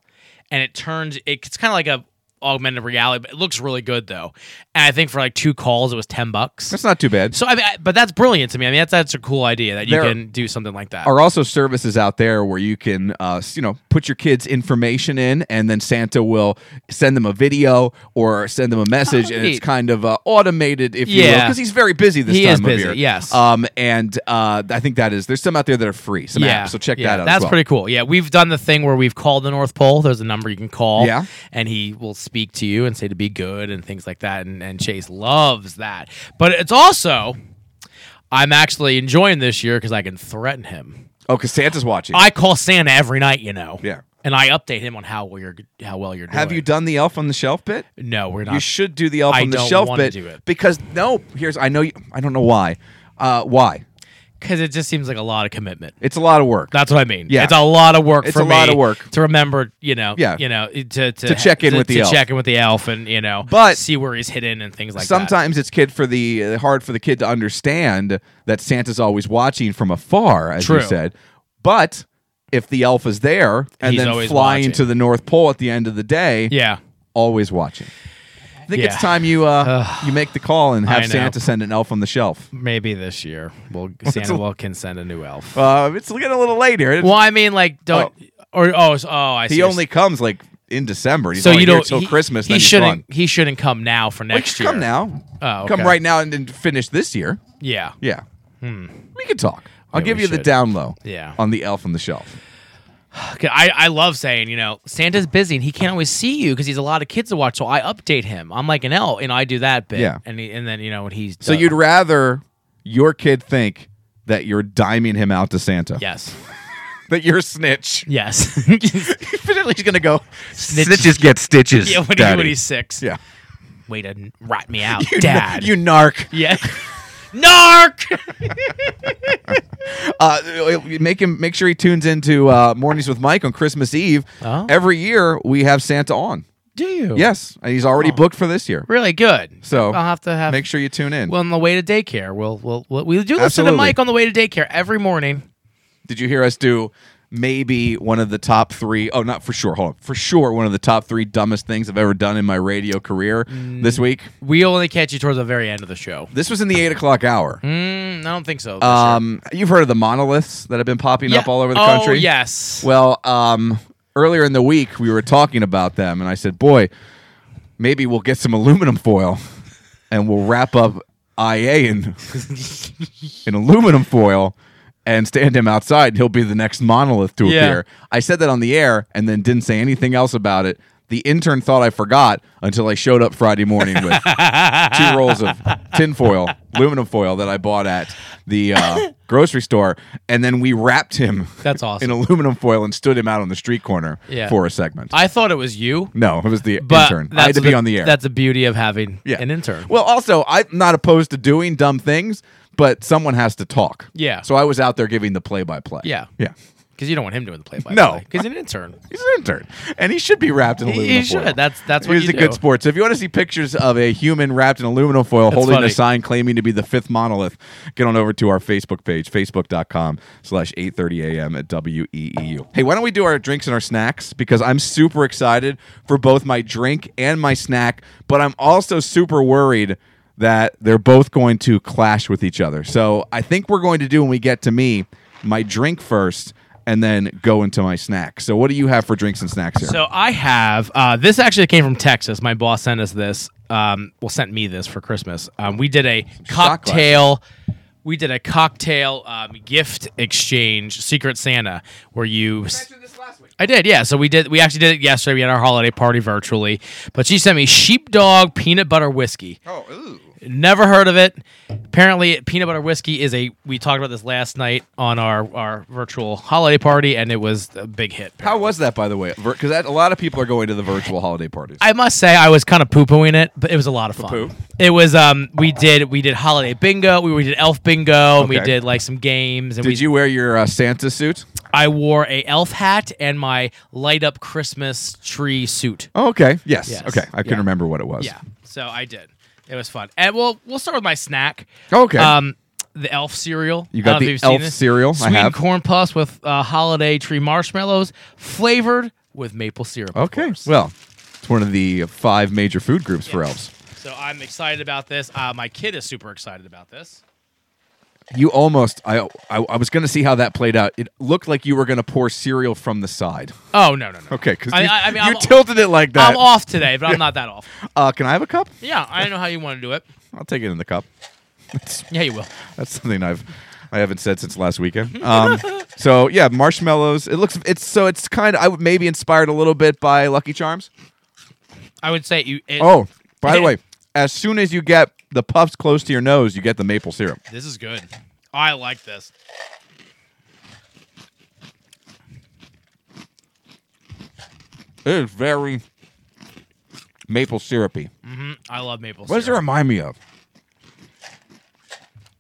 And it turns it's kind of like a augmented reality, but it looks really good though. And I think for like two calls, it was ten bucks.
That's not too bad.
So I mean, I, but that's brilliant to me. I mean, that's that's a cool idea that you
There
can do something like that.
are also services out there where you can, uh, s- you know, put your kids' information in, and then Santa will send them a video or send them a message,
Oh,
and it's
neat.
kind of uh, automated, if you will,
Yeah.
because he's very busy this
He
time
is
of
busy,
year.
yes.
um, and uh, I think that is there's some out there that are free, some apps. So check
yeah,
that out. as
That's
well.
pretty cool. Yeah, we've done the thing where we've called the North Pole. There's a number you can call.
Yeah.
And he will speak to you and say to be good and things like that. And, and Chase loves that. But it's also, I'm actually enjoying this year because I can threaten him.
Oh, because Santa's watching.
I call Santa every night, you know.
Yeah.
And I update him on how well you're how well you're doing.
have you done the Elf on the Shelf bit?
No, we're not.
You should do the elf
I
on the
don't
shelf
wanna
bit
do it.
because no, here's I know you, I don't know why. Uh, why?
because it just seems like a lot of commitment.
It's a lot of work.
That's what I mean.
Yeah.
it's a lot of work.
It's
for
a lot
me
of work.
to remember. You know.
Yeah.
You know to to,
To check in
to-
with the
to
elf.
check in with the elf and you know
But-
see where he's hidden and things like that.
Sometimes it's kid for the uh, hard for the kid to understand that Santa's always watching from afar, as you
True.
said. But if the elf is there and
He's
then
always
flying
watching.
to the North Pole at the end of the day,
Yeah.
always watching. I think it's
Yeah.
time you uh, you make the call and
I
have
know.
Santa send an elf on the shelf.
Maybe this year we'll Santa will can send a new elf.
Uh, it's getting a little late here.
well, I mean, like don't or oh so- oh I see.
he only comes like in December. He's
so
only
you
here
don't
till
he-
Christmas.
He
then he's
shouldn't
gone.
he shouldn't come now for
Well, you
next
should
yew
Come now.
Oh,
Come
okay.
right now and, and finish this year.
Yeah.
Yeah. We can talk. I'll
Hmm. Yeah,
give
we
you the
should.
down low
Yeah.
on the elf on the shelf.
'Cause I, I love saying, you know, Santa's busy and he can't always see you because he's a lot of kids to watch. So I update him. I'm like an elf, and I do that bit.
Yeah.
And he, and then you know when he's
So
done-
you'd rather your kid think that you're diming him out to Santa.
yes
That you're a snitch.
yes
Particularly he's gonna go
Snitch-
snitches get stitches.
yeah when, he,
daddy."
when he's six
Yeah.
way to n- rat me out dad
You narc.
yeah narc
Uh, make him make sure he tunes into uh, mornings with Mike on Christmas Eve.
Oh.
Every year we have Santa on.
do you
Yes, and he's already booked for this year.
really good
So
I'll have to have
Make sure you tune in.
well on the way to daycare we'll we'll we'll, we'll do listen
Absolutely.
to Mike on the way to daycare every morning
Did you hear us do maybe one of the top three? Oh, not for sure. Hold on. For sure, one of the top three dumbest things I've ever done in my radio career this week.
we only catch you towards the very end of the show
This was in the eight o'clock hour. Hmm,
Mm, I don't think so this year.
Um, you've heard of the monoliths that have been popping
yeah.
up all over the
oh,
country?
yes
Well, um, earlier in the week, we were talking about them, and I said, boy, maybe we'll get some aluminum foil and we'll wrap up IA in, in aluminum foil and stand him outside, and he'll be the next monolith to
Yeah.
appear. I said that on the air and then didn't say anything else about it. The intern thought I forgot until I showed up Friday morning with two rolls of tin foil, aluminum foil that I bought at the uh, grocery store, and then we wrapped him.
That's awesome.
In aluminum foil and stood him out on the street corner
Yeah.
for a segment.
I thought it was you,
no, it was the
but
intern.
that's
I had to be
the-
on the air.
That's the beauty of having
Yeah.
an intern.
Well, also, I'm not opposed to doing dumb things, but someone has to talk.
Yeah.
So I was out there giving the play by play.
Yeah.
Yeah.
Because you don't want him doing the play-by-play.
No.
because an intern.
He's an intern, and he should be wrapped in
He-
aluminum
he should.
foil.
That's- that's what
He's
you
a
do.
good sport. So if you want to see pictures of a human wrapped in aluminum foil holding
funny.
a sign claiming to be the fifth monolith, get on over to our Facebook page, facebook.com slash 830 a.m. at WEEU. Hey, why don't we do our drinks and our snacks? Because I'm super excited for both my drink and my snack, but I'm also super worried that they're both going to clash with each other. So I think we're going to do when we get to me, my drink first and then go into my snack. So what do you have for drinks and snacks here?
So I have uh, this actually came from Texas. My boss sent us this. Um, well, sent me this for Christmas. Um, we did a
Shot
cocktail. We did a cocktail um, gift exchange, Secret Santa, where you. I did, yeah. So we did. We actually did it yesterday. We had our holiday party virtually, but she sent me sheepdog peanut butter whiskey. Oh, ooh. Never heard of it. Apparently, peanut butter whiskey is a. We talked about this last night on our our virtual holiday party, and it was a big hit.
How was that, by the way? Because a lot of people are going to the virtual holiday parties.
I must say I was kind of poo pooing it, but it was a lot of fun.
Poo-poo?
It was um we did we did holiday bingo, we, we did elf bingo, and we
Okay.
did like some games and we
Did you wear your uh, Santa suit?
I wore a elf hat and my light up Christmas tree suit.
Oh, okay. Yes.
Yes.
Okay. I can
Yeah.
remember what it was.
Yeah. So I did. It was fun. And we'll we'll start with my snack.
Okay.
Um the elf cereal.
You
I
got
don't know
the
if you've seen
elf
it.
cereal? I
Sweetened
have.
corn puffs with uh, holiday tree marshmallows flavored with maple syrup. of
Okay.
course.
Well, it's one of the uh, five major food groups for elves.
So I'm excited about this. Uh, my kid is super excited about this.
You almost. I. I, I was going to see how that played out. It looked like you were going to pour cereal from the side.
Oh no no no.
Okay. Because
I-
you,
I- I mean,
you
I'm-
tilted it like that.
I'm off today, but I'm not that off.
Uh, can I have a cup?
Yeah, I know how you want to do it.
I'll take it in the cup.
Yeah, you will.
That's something I've I haven't said since last weekend. Um, so yeah, marshmallows. It looks it's so it's kind of I would maybe inspired a little bit by Lucky Charms.
I would say you. It,
Oh, by the way, as soon as you get the puffs close to your nose, you get the maple syrup.
this is good. I like this.
It is very maple syrupy.
I love maple.
What does it
syrup.
remind me of?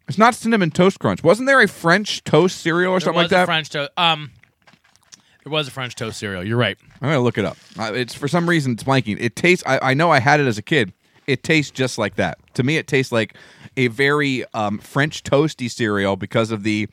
It's not cinnamon toast crunch. Wasn't there a French toast cereal or
There
something
was
like
a
that?
French toast. Um, there was a French toast cereal. You're right.
I'm gonna look it up. Uh, It's for some reason it's blanking. It tastes. I, I know I had it as a kid. It tastes just like that. To me, it tastes like a very um, French toasty cereal because of the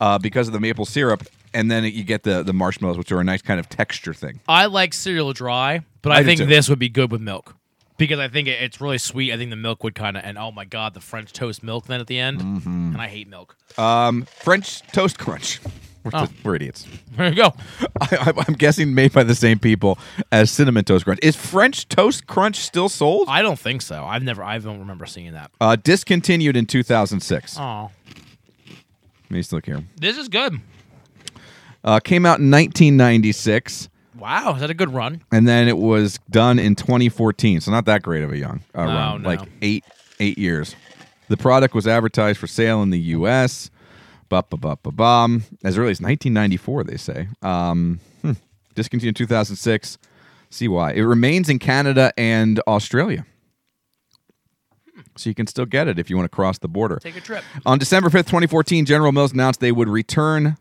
uh, because of the maple syrup, and then you get the the marshmallows, which are a nice kind of texture thing.
I like cereal dry, but
I
I,
do
think
too.
this would be good with milk because I think it, it's really sweet. I think the milk would kind of and oh my god, the French toast milk then at the end,
Mm-hmm.
and I hate milk.
French toast crunch. We're,
Oh.
we're idiots.
There you go.
I, I, I'm guessing made by the same people as cinnamon toast crunch. Is French toast crunch still sold?
I don't think so. I've never. I don't remember seeing that.
Uh, discontinued in 2006.
Oh,
Let me just look here.
this is good.
Uh, came out in 1996.
Wow, is that a good run?
and then it was done in 2014 so not that great of a young uh,
No,
run
no.
like eight eight years the product was advertised for sale in the us ba ba ba ba bum as early as 1994 they say um hmm. discontinued 2006 see why it remains in canada and australia so you can still get it if you want to cross the border
Take a trip.
on December 5th, 2014, General Mills announced they would return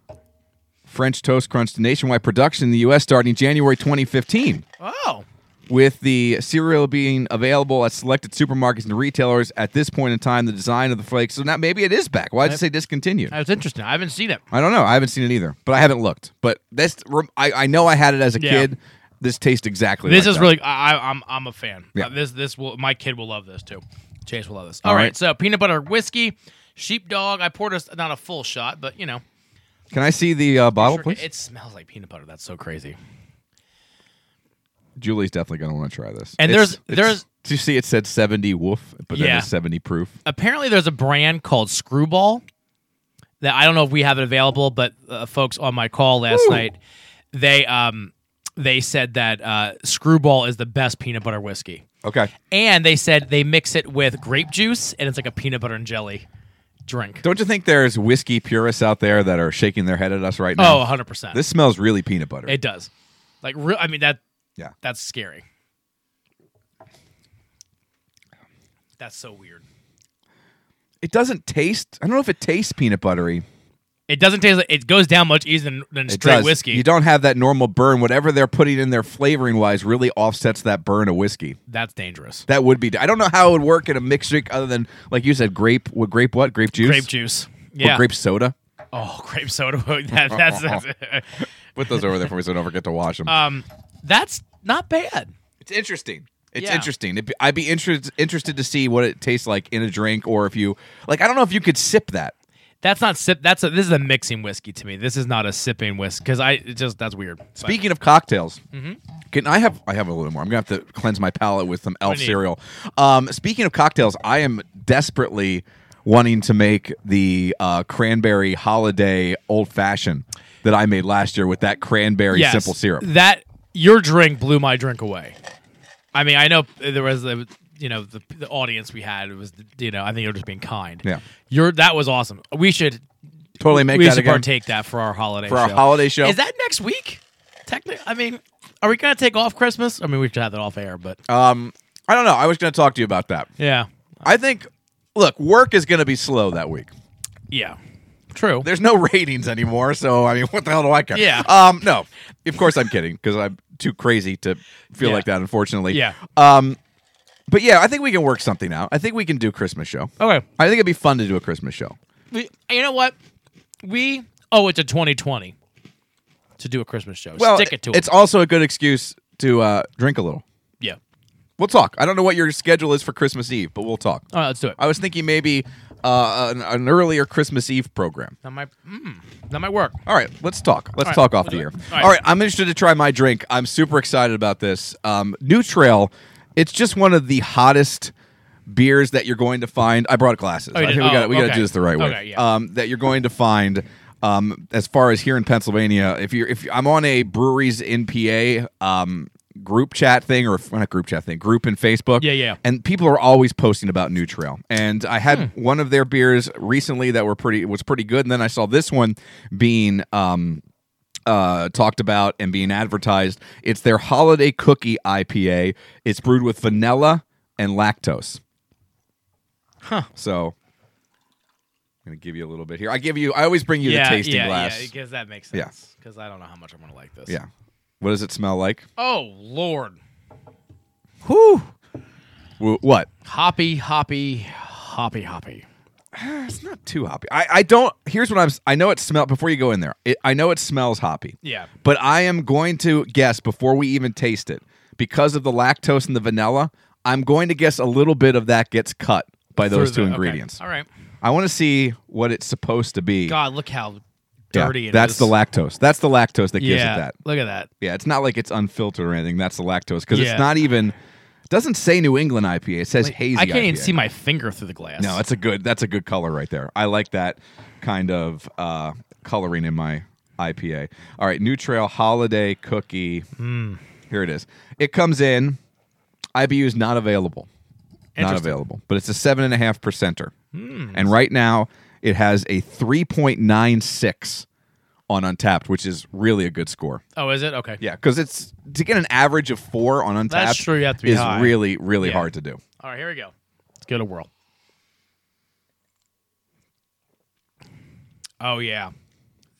French Toast Crunch to nationwide production in the U.S. starting January 2015,
Oh.
with the cereal being available at selected supermarkets and retailers. At this point in time, the design of the flakes. So now maybe it is back. Why did it say discontinued?
That's interesting. I haven't seen it.
I don't know. I haven't seen it either, but I haven't looked. But this, I, I know I had it as a
Yeah.
kid. This tastes exactly.
This
like
is
that.
really. I, I- I'm I'm a fan.
Yeah.
Uh, this this will my kid will love this too. Chase will love this.
All
All right.
right.
So peanut butter whiskey, sheepdog. I poured us not a full shot, but you know,
Can I see the uh, bottle,
sure-
please?
it smells like peanut butter. That's so crazy.
Julie's definitely going to want to try this.
And
It's-
there's-
it's-
there's-
Did you see it said 70 woof, but then
Yeah.
it's 70 proof.
Apparently, there's a brand called Screwball that I don't know if we have it available, but uh, folks on my call last night, they um they said that uh, Screwball is the best peanut butter whiskey.
Okay.
And they said they mix it with grape juice, and it's like a peanut butter and jelly drink.
Don't you think there's whiskey purists out there that are shaking their head at us right now?
Oh, 100%.
This smells really peanut butter.
it does. Like, real, I mean, that
yeah.
that's scary. That's so weird.
It doesn't taste, I don't know if it tastes peanut buttery.
It doesn't taste like it goes down much easier than, than
It
straight
does.
whiskey.
You don't have that normal burn. Whatever they're putting in there flavoring wise really offsets that burn of whiskey.
that's dangerous.
That would be, I don't know how it would work in a mixed drink other than, like you said, grape, what, grape what? Grape juice?
Grape juice.
Or
Yeah.
grape soda?
Oh, grape soda. that, that's, that's,
Put those over there for me so I don't forget to wash them.
um, that's not bad.
It's interesting. It's
Yeah.
interesting. It'd be, I'd be interested interested to see what it tastes like in a drink, or if you like. I don't know if you could sip that.
That's not sip. That's a, this is a mixing whiskey to me. This is not a sipping whiskey because I it just that's weird. But
Speaking of cocktails,
Mm-hmm.
can I have I have a little more. I'm gonna have to cleanse my palate with some Elf
do you need?
cereal. Um, speaking of cocktails, I am desperately wanting to make the uh, cranberry holiday old fashioned that I made last year with that cranberry
yes,
simple syrup.
That your drink blew my drink away. I mean, I know there was the you know the, the audience we had was you know I think you're just being kind.
Yeah.
your that was awesome. We should
Totally make
we
that
should
again.
partake that for our holiday
For our
show.
holiday show.
Is that next week? Technically, I mean, are we gonna take off Christmas? I mean, we should have that off air, but
um, I don't know. I was gonna talk to you about that.
yeah,
I think. Look, work is going to be slow that week.
yeah, true.
there's no ratings anymore, so I mean, what the hell do I care?
Yeah.
Um, no, of course I'm kidding because I'm too crazy to feel
Yeah.
like that, unfortunately.
Yeah.
Um, but yeah, I think we can work something out. I think we can do a Christmas show.
okay,
I think it'd be fun to do a Christmas show.
we, you know what? We oh, owe it to 2020 to do a Christmas show.
Well,
Stick it to
It's
it.
also a good excuse to uh, drink a little.
Yeah.
We'll talk. I don't know what your schedule is for Christmas Eve, but we'll talk.
All right, let's do it.
I was thinking maybe uh, an, an earlier Christmas Eve program.
That might, mm, that might work.
All right, let's talk. Let's
right,
talk off
we'll
the
do
air.
it.
All
All
right.
right.
I'm interested to try my drink. I'm super excited about this. Um, New Trail, it's just one of the hottest beers that you're going to find. I brought glasses.
you
I
did?
think we got
Oh,
we got to
okay.
do this the right way.
Okay, yeah.
um, that you're going to find. Um, as far as here in Pennsylvania, if you're if I'm on a breweries in PA um, group chat thing or well, not group chat thing, group in Facebook,
Yeah, yeah.
and people are always posting about New Trail. And I had
Hmm.
one of their beers recently that were pretty was pretty good, and then I saw this one being um, uh, talked about and being advertised. It's their holiday cookie IPA. It's brewed with vanilla and lactose. Huh. So I'm gonna give you a little bit here. I give you. I always bring you the tasting
yeah,
glass.
yeah,
Yeah,
because that makes
Yeah.
sense. Because I don't know how much I'm going to like this.
What does it smell like?
Oh, Lord.
Whoo. What?
Hoppy, hoppy, hoppy, hoppy.
It's not too hoppy. I, I don't. Here's what I'm. s- I know it smell before you go in there. It, I know it smells hoppy.
Yeah.
But I am going to guess before we even taste it, because of the lactose and the vanilla, I'm going to guess a little bit of that gets cut by those
Through
two
the- okay.
ingredients.
All right.
I want to see what it's supposed to be.
God, look how
Yeah,
dirty it is.
that's the lactose. That's the lactose that gives
Yeah,
it that.
look at that.
Yeah, it's not like it's unfiltered or anything. That's the lactose because
Yeah.
it's not even. it Doesn't say New England IPA. It says hazy.
I can't even
IPA.
see my finger through the glass.
No, that's a good that's a good color right there. I like that kind of uh, coloring in my IPA. All right, New Trail Holiday Cookie.
Hmm.
Here it is. It comes in. IBU is not available. Not
Interesting. Hmm.
available. But it's a seven and a half percenter. And right now it has a three point nine six on Untapped, which is really a good score.
Oh, is it? Okay.
Yeah, because it's to get an average of four on Untapped
true, you have to be
is
high.
really really
Yeah.
hard to do.
All right, here we go. Let's give it a whirl. Oh yeah,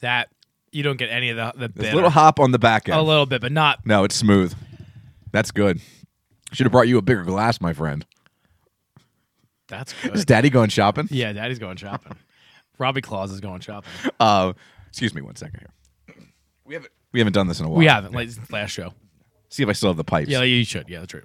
that you don't get any of the the
There's
bitter.
a little hop on the back end.
a little bit, but not.
No, it's smooth. That's good. Should have brought you a bigger glass, my friend.
That's
Is
good.
Daddy going shopping?
yeah, Daddy's going shopping. Robbie Claus is going shopping.
Uh, excuse me one second here. We haven't we haven't done this in a while.
We haven't like last show.
See if I still have the pipes.
Yeah, you should. Yeah, that's true.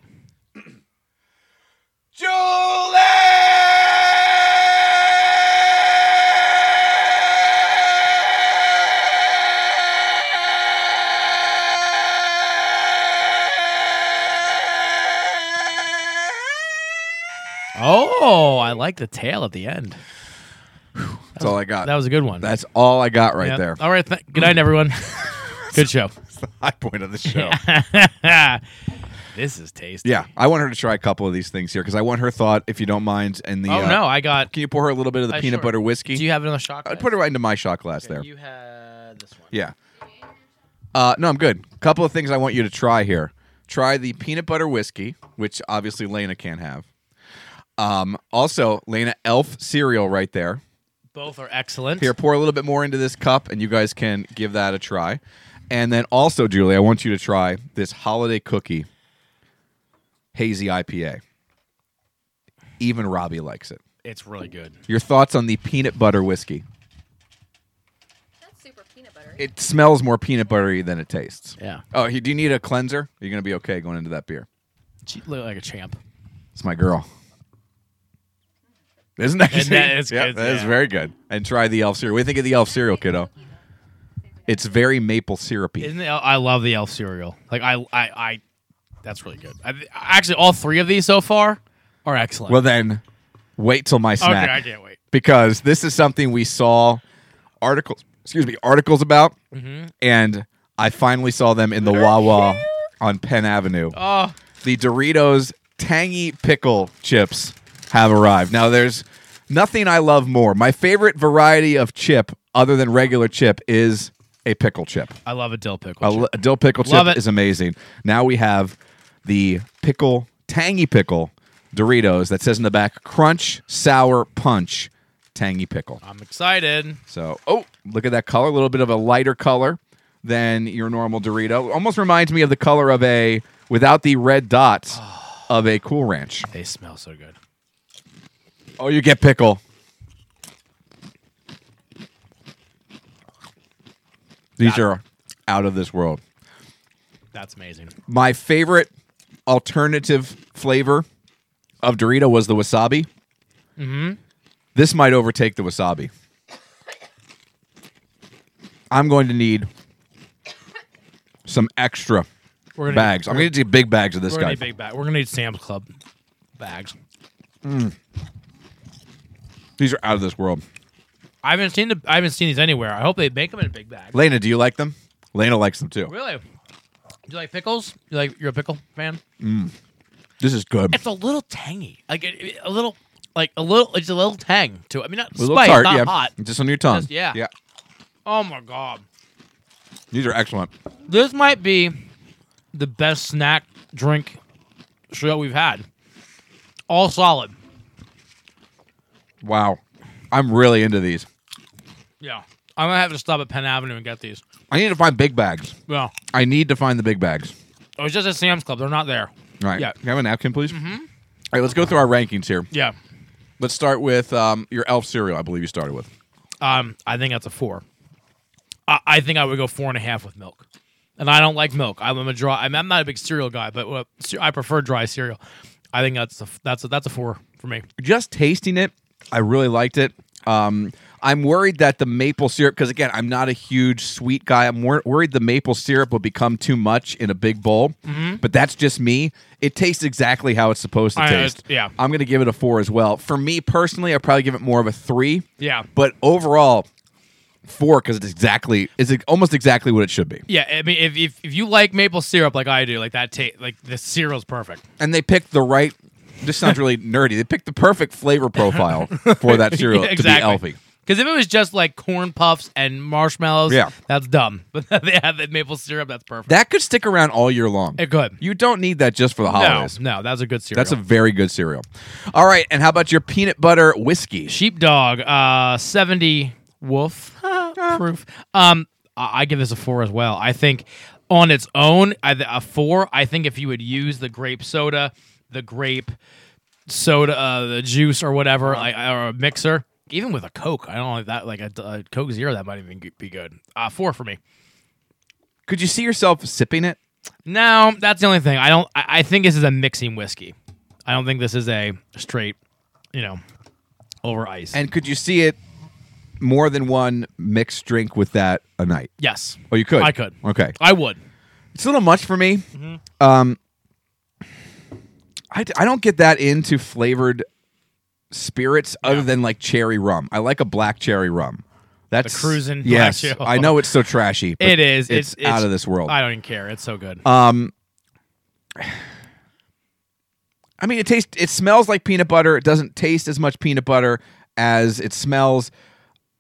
Oh, I like the tail at the end.
That's all I got.
That was a good one.
That's all I got right
Yeah.
there.
All right. Th- good night, everyone. good show.
the high point of the show.
this is tasty.
yeah, I want her to try a couple of these things here because I want her thought, if you don't mind. And the
Oh
uh,
no, I got.
can you pour her a little bit of the
uh,
peanut
sure.
butter whiskey?
Do you have another shot?
I'd
glass?
put it right into my shot glass there.
You had this one.
Yeah. Uh, no, I'm good. Couple of things I want you to try here. Try the peanut butter whiskey, which obviously Lena can't have. Um, also, Lena Elf cereal right there.
Both are excellent.
Here, pour a little bit more into this cup, and you guys can give that a try. And then also, Julie, I want you to try this holiday cookie hazy IPA. Even Robbie likes it.
It's really good.
Your thoughts on the peanut butter whiskey?
That's super peanut butter.
It smells more peanut buttery than it tastes.
Yeah.
Oh, he- do you need a cleanser? You're gonna be okay going into that beer.
She look like a champ.
It's my girl. Isn't that,
And that is
Yeah,
good,
that is
yeah.
very good. And try the elf cereal. We think of the elf cereal, kiddo. It's very maple syrupy.
Isn't it, I love the elf cereal. Like I, I, I that's really good. I, actually, all three of these so far are excellent.
well, then wait till my
okay,
snack
I can't wait.
because this is something we saw articles. Excuse me, articles about, and I finally saw them in the Wawa on Penn Avenue.
Oh,
the Doritos tangy pickle chips have arrived. Now there's nothing I love more. My favorite variety of chip other than regular chip is a pickle chip.
I love a dill pickle.
A
chip.
l- dill pickle
Love
chip
it.
is amazing. Now we have the pickle tangy pickle Doritos that says in the back crunch sour punch tangy pickle.
I'm excited.
So, oh, look at that color. A little bit of a lighter color than your normal Dorito. Almost reminds me of the color of a, without the red dots, of a Cool Ranch.
They smell so good.
Oh, you get pickle. These are out of this world.
That's amazing.
My favorite alternative flavor of Dorito was the wasabi. Mm-hmm. This might overtake the wasabi. I'm going to need some extra
We're gonna
bags. I'm going to need big bags of this
We're gonna
guy.
need big bag. We're gonna need Sam's Club bags.
These are out of this world.
I haven't seen the. I haven't seen these anywhere. I hope they make them in a big bag.
Lena, do you like them? Lena likes them too.
Really? Do you like pickles? You like you're a pickle fan?
This is good.
It's a little tangy, like it- it- a little, like a little. It's a little tang to it. I mean, not
A little
spice,
tart,
not
yeah.
hot.
Just on your tongue.
Just- yeah.
Yeah.
Oh my god.
These are excellent.
this might be the best snack drink show we've had. All solid.
Wow. I'm really into these.
Yeah. I'm gonna have to stop at Penn Avenue and get these.
I need to find big bags.
Yeah.
I need to find the big bags.
It was just at Sam's Club. They're not there.
All right.
Yeah.
Can I have a napkin, please? Mm-hmm. All right, let's go through our rankings here.
Yeah.
Let's start with um, your elf cereal, I believe you started with.
Um, I think that's a four. I, I think I would go four and a half with milk. And I don't like milk. I'm a dry. I'm, I'm not a big cereal guy, but uh, ce- I prefer dry cereal. I think that's a f- that's a, that's a four for me.
Just tasting it, I really liked it. Um, I'm worried that the maple syrup, because again, I'm not a huge sweet guy. I'm wor- worried the maple syrup will become too much in a big bowl, but that's just me. It tastes exactly how it's supposed to
Mm-hmm. I know,
taste.
it's- yeah.
I'm going to give it a four as well. For me personally, I probably give it more of a three.
Yeah.
But overall, four because it's exactly it's almost exactly what it should be.
Yeah, I mean, if, if, if you like maple syrup like I do, like that taste, like the cereal's perfect.
And they picked the right. This sounds really nerdy. They picked the perfect flavor profile for that cereal to be elfy.
Because if it was just like corn puffs and marshmallows,
Yeah.
that's dumb. But they have the maple syrup, that's perfect.
That could stick around all year long.
it could.
You don't need that just for the
no,
holidays.
no, that's a good cereal.
That's a very good cereal. All right, and how about your peanut butter whiskey?
sheepdog, uh, seventy wolf proof. Um, I, I give this a four as well. I think on its own, I, a four. I think if you would use the grape soda, the grape soda, uh, the juice or whatever, like, or a mixer. Even with a Coke, I don't like that. Like a, a Coke Zero, that might even be good. Uh, four for me.
Could you see yourself sipping it?
No, that's the only thing. I don't. I, I think this is a mixing whiskey. I don't think this is a straight, you know, over ice.
And could you see it more than one mixed drink with that a night?
yes,
Oh, you could.
I could.
Okay.
I would.
it's a little much for me.
Mm-hmm.
Um, I, I don't get that into flavored spirits other than like cherry rum. I like a black cherry rum. That's
cruising
Yes,
black show.
I know it's so trashy. but
It is.
It's, out of this world.
I don't even care. It's so good.
Um, I mean, it tastes. It smells like peanut butter. It doesn't taste as much peanut butter as it smells.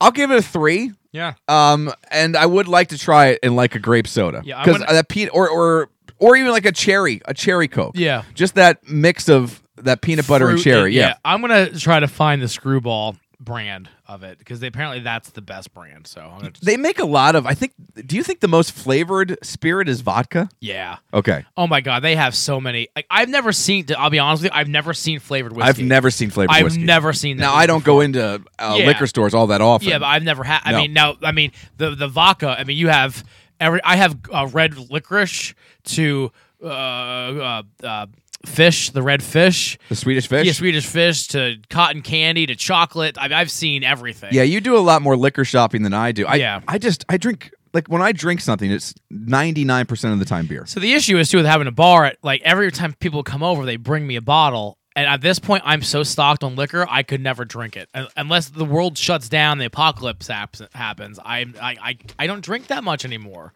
I'll give it a three.
yeah.
Um, and I would like to try it in like a grape soda.
Yeah, I
because
wanna-
that peanut or or or even like a cherry, a cherry coke.
Yeah.
just that mix of that peanut butter and
Fruit-
cherry. Yeah.
I'm gonna try to find the screwball brand of it because apparently that's the best brand. So I'm gonna
they make a lot of. I think. Do you think the most flavored spirit is vodka?
yeah.
Okay,
Oh my god, they have so many. Like I've never seen. I'll be honest with you, I've never seen flavored whiskey.
I've never seen flavored
I've
whiskey.
never seen that.
Now I don't go into uh,
Yeah.
liquor stores all that often.
Yeah, but I've never had. I
No.
mean, now I mean the the vodka. I mean, you have every. I have uh, red licorice to uh, uh, uh, fish, the red fish.
the Swedish fish.
Yeah, Swedish fish to cotton candy to chocolate. I, I've seen everything.
Yeah, you do a lot more liquor shopping than I do. I,
Yeah.
I just I drink like when I drink something, it's ninety nine percent of the time beer.
So the issue is too with having a bar. At, like every time people come over, they bring me a bottle, and at this point, I'm so stocked on liquor, I could never drink it Un- unless the world shuts down, the apocalypse haps- happens. I, I I I don't drink that much anymore.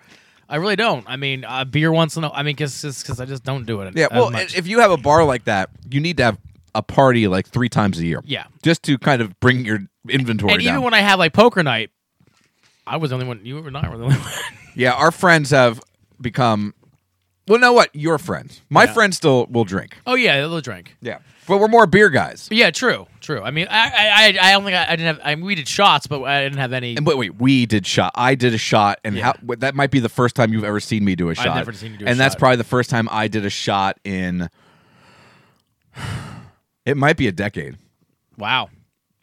I really don't. I mean, uh, beer once in a. I mean, because I just don't do it.
Yeah,
as
well,
much.
if you have a bar like that, you need to have a party like three times a year.
Yeah.
just to kind of bring your inventory
and
down.
even when I have like poker night, I was the only one. You and I were the only one.
yeah, our friends have become. Well, know what? Your friends, my friends, still will drink.
oh yeah, they'll drink.
Yeah, but we're more beer guys.
Yeah, true, true. I mean, I, I, I don't think I, I didn't have. I mean, we did shots, but I didn't have any.
And wait, wait, we did shot. I did a shot, and
Yeah.
how, wait, that might be the first time you've ever seen me do a shot.
never seen you do a
and that's
shot.
probably the first time I did a shot in. It might be a decade.
Wow.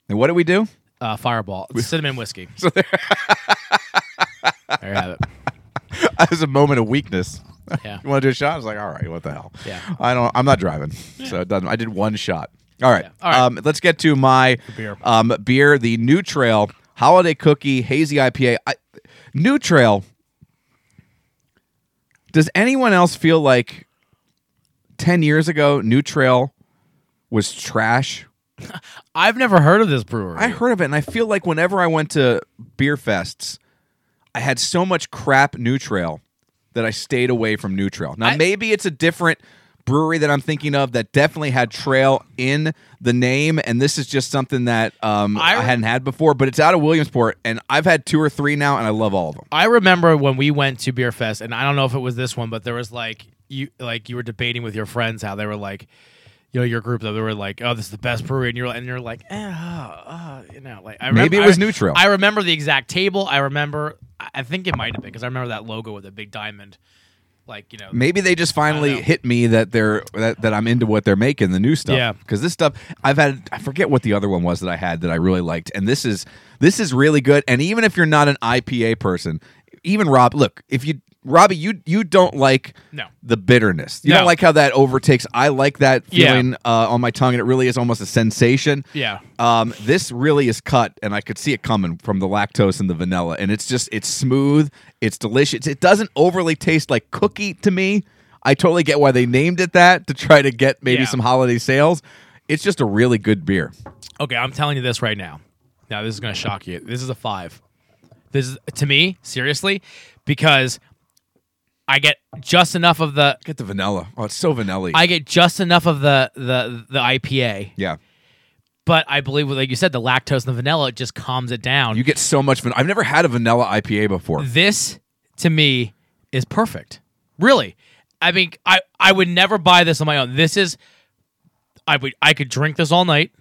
And what did we do?
uh, Fireball, It's cinnamon whiskey. there you have it.
That was a moment of weakness.
Yeah.
You want to do a shot? I was like, all right, what the hell?
Yeah.
I don't. I'm not driving, so it doesn't. I did one shot. All right.
All right.
Um, let's get to my
beer.
Um, beer, the New Trail Holiday Cookie Hazy IPA. I, New Trail. Does anyone else feel like ten years ago New Trail was trash?
I've never heard of this brewery.
I heard of it, and I feel like whenever I went to beer fests, I had so much crap New Trail that I stayed away from New Trail. Now
I-
maybe it's a different brewery that I'm thinking of that definitely had trail in the name, and this is just something that um, I,
I re-
hadn't had before. But it's out of Williamsport, and I've had two or three now, and I love all of them.
I remember when we went to Beer Fest, and I don't know if it was this one, but there was like you like you were debating with your friends how they were like, you know, your group that they were like, oh, this is the best brewery, and you're and you're like, eh, uh, uh, you know, like I remember,
Maybe it was
I,
New Trail.
I remember the exact table. I remember. I- I think it might have been because I remember that logo with the big diamond, like you know,
Maybe they just finally
know.
hit me that they're that, that I'm into what they're making, the new stuff.
Yeah.
Because this stuff I've had I forget what the other one was that I had that I really liked. And this is this is really good. And even if you're not an IPA person, even Rob, look, if you Robbie, you you don't like
No.
the bitterness. You
No.
don't like how that overtakes. I like that
Yeah.
feeling uh, on my tongue, and it really is almost a sensation.
Yeah.
Um, this really is cut, and I could see it coming from the lactose and the vanilla. And it's just, it's smooth, it's delicious. It doesn't overly taste like cookie to me. I totally get why they named it that to try to get maybe
Yeah.
some holiday sales. It's just a really good beer.
Okay, I'm telling you this right now. Now this is gonna shock you. This is a five. This is to me seriously because I get just enough of the
Get the vanilla. Oh, it's so vanilla.
I get just enough of the the the IPA,
yeah,
but I believe like you said, the lactose and the vanilla it just calms it down.
you get so much vanilla. I've never had a vanilla IPA before.
this to me is perfect. Really, I mean, I I would never buy this on my own. This is I would I could drink this all night.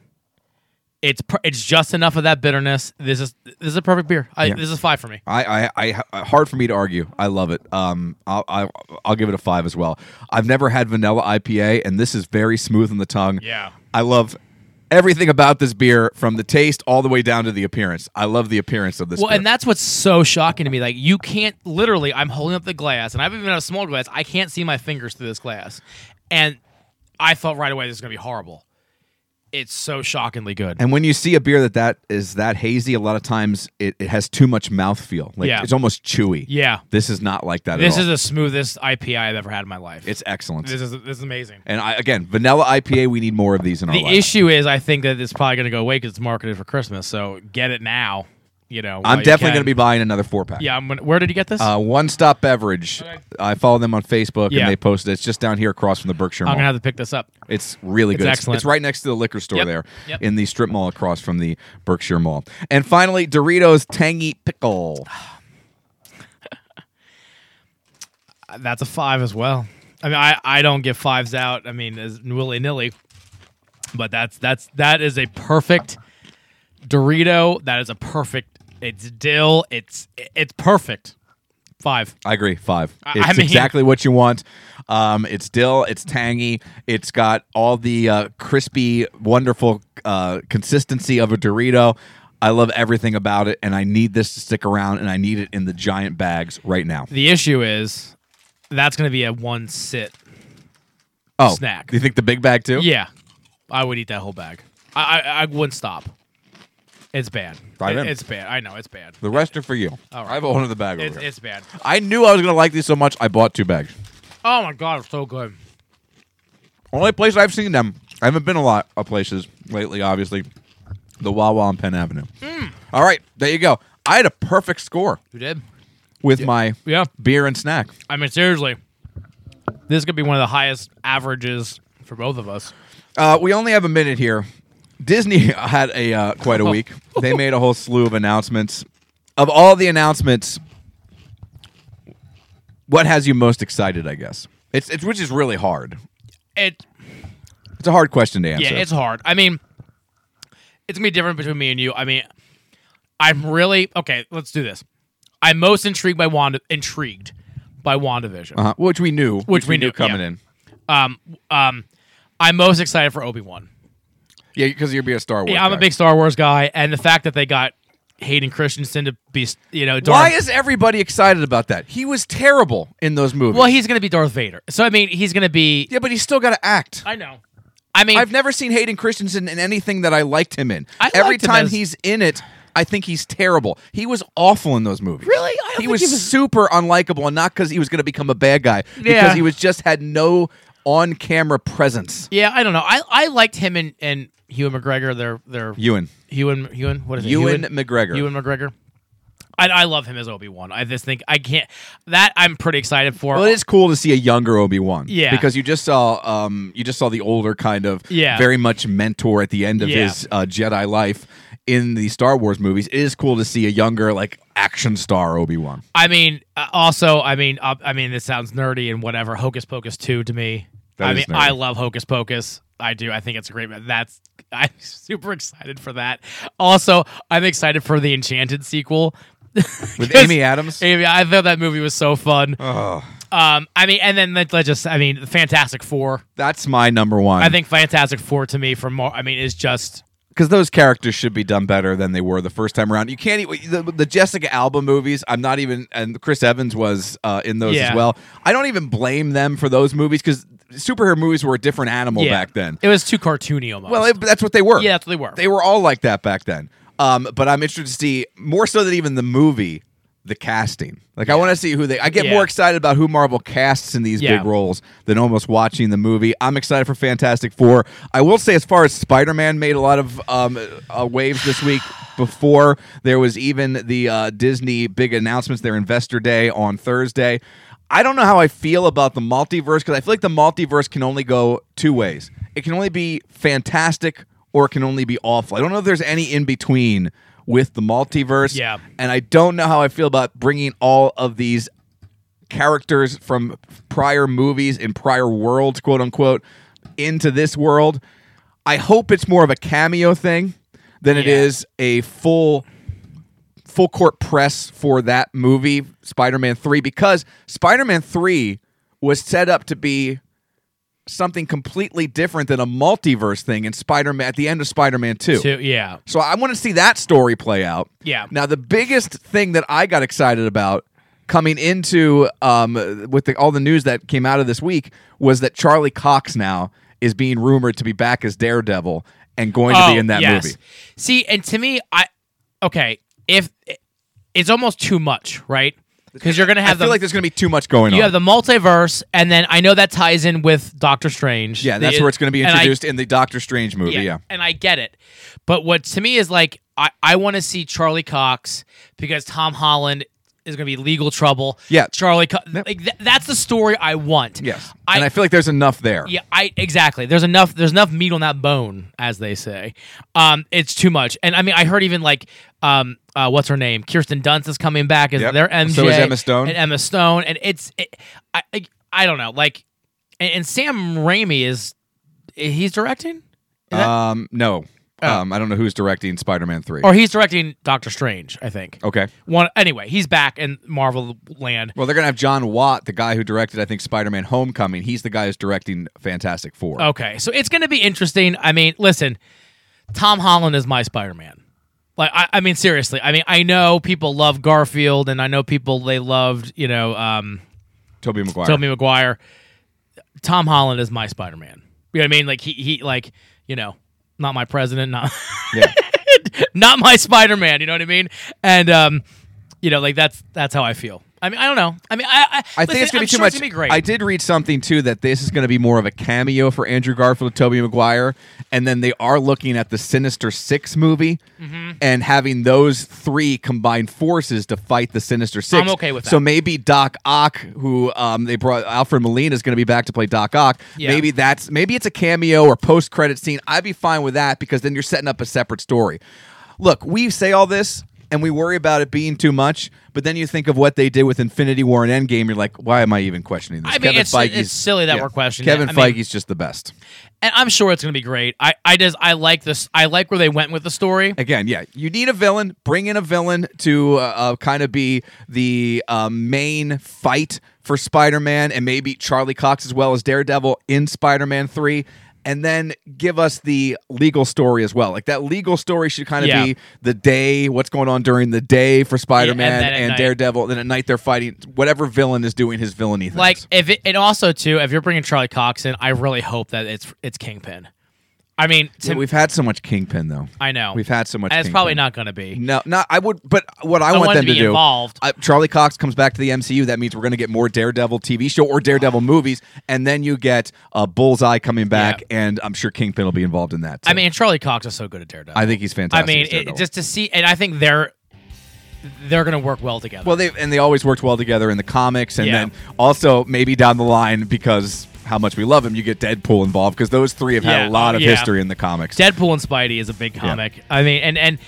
It's per, it's just enough of that bitterness. This is this is a perfect beer. I, This is a five for me.
I, I, I, hard for me to argue. I love it. Um, I'll, I, I'll give it a five as well. I've never had vanilla IPA, and this is very smooth on the tongue.
Yeah.
I love everything about this beer, from the taste all the way down to the appearance. I love the appearance of this.
Well,
beer.
and that's what's so shocking to me. Like you can't literally. I'm holding up the glass, and I've even got a small glass. I can't see my fingers through this glass, and I thought right away this is gonna be horrible. It's so shockingly good.
And when you see a beer that that is that hazy, a lot of times it, it has too much mouthfeel. Like
Yeah.
it's almost chewy.
Yeah.
This is not like that.
this
at
is
all.
the smoothest IPA I've ever had in my life.
it's excellent.
this is this is amazing.
and I, again, vanilla IPA. We need more of these in our
The
life.
issue is, I think that it's probably gonna go away because it's marketed for Christmas. So get it now. you know, while
I'm
Oh, you
definitely
can.
going to be buying another four pack.
Yeah, I'm gonna, where did you get this?
Uh, One Stop Beverage.
Okay.
I follow them on Facebook
Yeah.
and they posted. It's just down here across from the Berkshire
I'm
Mall.
gonna have to pick this up.
It's really
It's
good.
excellent.
It's, right next to the liquor store
Yep.
there
Yep.
in the strip mall across from the Berkshire Mall. And finally, Doritos Tangy Pickle.
Uh, That's a five as well. I mean, I, I don't give fives out. I mean, as willy nilly, but that's that's that is a perfect Dorito. That is a perfect. It's dill. It's it's perfect. Five.
I agree. Five.
I-
It's
I mean-
exactly what you want. Um, it's dill. It's tangy. It's got all the uh, crispy, wonderful uh, consistency of a Dorito. I love everything about it, and I need this to stick around, and I need it in the giant bags right now.
The issue is that's gonna be a one sit.
Oh,
Snack.
Do you think the big bag too?
Yeah, I would eat that whole bag. I I, I wouldn't stop. It's bad.
Dive
It-
in. Oh,
it's bad. I know it's bad.
The rest are for you.
All right.
I have one of the bag over
It's,
here.
it's bad.
I knew I was going to like these so much. I bought two bags.
Oh my god, it's so good.
Only place I've seen them. I haven't been a lot of places lately, obviously. The Wawa on Penn Avenue.
Hmm.
All right, there you go. I had a perfect score
You did?
with my
Yeah.
beer and snack.
I mean, seriously, this could be one of the highest averages for both of us.
Uh, we only have a minute here. Disney had a uh, quite a
Oh.
week. They made a whole slew of announcements. Of all the announcements, what has you most excited? I guess it's it's which is really hard.
It
It's a hard question to answer.
yeah, it's hard. I mean, it's gonna be different between me and you. I mean, I'm really okay. Let's do this. I'm most intrigued by Wanda, intrigued by Wandavision.
uh, which we knew, which,
we knew,
coming
yeah.
in.
Um, um, I'm most excited for Obi Wan.
Yeah, because you'll be a Star Wars.
Yeah, I'm a
guy.
big Star Wars guy, and the fact that they got Hayden Christensen to be, you know, Darth.
Why is everybody excited about that? He was terrible in those movies.
well, he's gonna be Darth Vader. So I mean, he's gonna be.
yeah, but he's still got to act.
I know. I mean,
I've never seen Hayden Christensen in anything that I liked him in.
I
Every
liked him
time
as-
he's in it, I think he's terrible. He was awful in those movies.
Really? I don't
he,
think
was
he was-
super unlikable, and not because he was going to become a bad guy,
Yeah.
because he was just had no on-camera presence.
Yeah, I don't know. I, I liked him and and Ewan McGregor. They're they're
Ewan,
Ewan Ewan what is it?
Ewan McGregor.
Ewan McGregor. I, I love him as Obi Wan. I just think I can't. That I'm pretty excited for.
Well, it is cool to see a younger Obi Wan.
Yeah.
because you just saw, um, you just saw the older kind of,
Yeah.
very much mentor at the end of
Yeah.
his uh, Jedi life in the Star Wars movies. It is cool to see a younger, like action star Obi Wan.
I mean, uh, also, I mean, uh, I mean, this sounds nerdy and whatever. Hocus Pocus two to me.
That
I
is
mean,
nerdy.
I love Hocus Pocus. I do. I think it's a great. That's I'm super excited for that. Also, I'm excited for the Enchanted sequel
With
'Cause
Amy Adams?
Amy, I thought that movie was so fun.
Oh.
Um, I mean, and then let, let's just, I mean, Fantastic Four.
That's my number one.
I think Fantastic Four to me for more. I mean, is just
because those characters should be done better than they were the first time around. You can't even the, the Jessica Alba movies. I'm not even, and Chris Evans was uh, in those
Yeah.
as well. I don't even blame them for those movies because superhero movies were a different animal
yeah.
back then.
It was too cartoony almost.
Well, it, that's what they were.
Yeah, that's what they were.
They were all like that back then. Um, but I'm interested to see more so than even the movie, the casting. Like I want to see who they. I get
Yeah.
more excited about who Marvel casts in these
Yeah.
big roles than almost watching the movie. I'm excited for Fantastic Four. I will say, as far as Spider-Man, made a lot of um, uh, waves this week. Before there was even the uh, Disney big announcements, their Investor Day on Thursday. I don't know how I feel about the multiverse because I feel like the multiverse can only go two ways. It can only be fantastic or it can only be awful. I don't know if there's any in between with the multiverse.
Yeah.
And I don't know how I feel about bringing all of these characters from prior movies in prior worlds, quote unquote, into this world. I hope it's more of a cameo thing than it
Yeah.
is a full full court press for that movie, Spider-Man 3, because Spider-Man 3 was set up to be something completely different than a multiverse thing in Spider-Man at the end of Spider-Man 2.
too. Yeah.
So I want to see that story play out.
Yeah.
Now the biggest thing that I got excited about coming into um, with the, all the news that came out of this week was that Charlie Cox now is being rumored to be back as Daredevil and going to be in that
Oh, yes.
movie.
See, and to me, I okay, if it's almost too much, right? Because you're gonna
I
have
feel
the
like there's going to be too much going
you
on.
have the multiverse, and then I know that ties in with Doctor Strange.
yeah, that's
The-
where it's going to be
and I-
introduced in the Doctor Strange movie. Yeah.
and I get it, but what to me is like I, I want to see Charlie Cox because Tom Holland is going to be legal trouble.
Yeah.
Charlie Co- like th- that's the story I want.
Yes.
I,
and I feel like there's enough there.
yeah, I exactly. There's enough. There's enough meat on that bone, as they say. Um, it's too much. And I mean, I heard even like, um, uh, what's her name? Kirsten Dunst is coming back as
Yep.
their MJ.
So is Emma Stone.
And Emma Stone. And it's, it, I, I, I don't know. Like, and, and Sam Raimi is, he's directing,
Um, no. Um, I don't know who's directing Spider Man 3.
Oh. or he's directing Doctor Strange, I think.
okay.
One anyway, he's back in Marvel land.
Well, they're going to have John Watt, the guy who directed, I think, Spider Man Homecoming. He's the guy who's directing Fantastic Four.
Okay, so it's going to be interesting. I mean, listen, Tom Holland is my Spider Man. Like, I, I mean, seriously. I mean, I know people love Garfield, and I know people they loved, you know, um,
Tobey Maguire.
Tobey Maguire. Tom Holland is my Spider Man. You know what I mean? Like he, he, like you know, not my president, not
Yeah.
not my Spider Man. You know what I mean? And um, you know, like that's that's how I feel. I mean, I don't know. I mean, I, I,
I think it's
listen,
going to be
I'm
too
sure
much.
It's gonna be great.
I did read something too that this is going to be more of a cameo for Andrew Garfield, Tobey Maguire, and then they are looking at the Sinister Six movie
Mm-hmm.
and having those three combine forces to fight the Sinister Six.
I'm okay with that.
So maybe Doc Ock, who um, they brought Alfred Molina, is going to be back to play Doc Ock.
Yeah.
Maybe that's maybe it's a cameo or post credit scene. I'd be fine with that because then you're setting up a separate story. Look, we say all this and we worry about it being too much, but then you think of what they did with Infinity War and Endgame. You're like, why am I even questioning this?
I mean, it's- it's silly that we're questioning
Kevin
it. I mean-
Feige's just the best.
and I'm sure it's gonna be great. I, I just I like this. I like where they went with the story.
Again, yeah, you need a villain. Bring in a villain to uh, uh, kind of be the uh, main fight for Spider-Man, and maybe Charlie Cox as well as Daredevil in Spider-Man Three, and then give us the legal story as well. Like that legal story should kind of
Yeah.
be the day, what's going on during the day for Spider-Man
then at
and,
night.
Daredevil. Then at night they're fighting whatever villain is doing his villainy things.
Like if it, and also too, if you're bringing Charlie Cox in, I really hope that it's it's Kingpin. I mean, to,
Yeah, we've had so much Kingpin though.
I know
we've had so much.
And it's probably
Kingpin.
not gonna be.
No, not I would. But what I, want
want
them
to
to,
be
do
involved.
I, Charlie Cox comes back to the MCU. That means we're going to get more Daredevil TV show or Daredevil movies, and then you get uh, Bullseye coming back, and I'm sure Kingpin will be involved in that. Too.
I mean, Charlie Cox is so good at Daredevil.
I think he's
I
fantastic.
mean,
as
it,
Daredevil.
just to see, and I think they're they're gonna work well together.
well, they and they always worked well together in the comics, and
Yeah.
then also maybe down the line because how much we love him, you get Deadpool involved because those three have had
Yeah,
a
Oh,
lot of
yeah.
history in the comics.
Deadpool and Spidey is a big comic. I mean, and and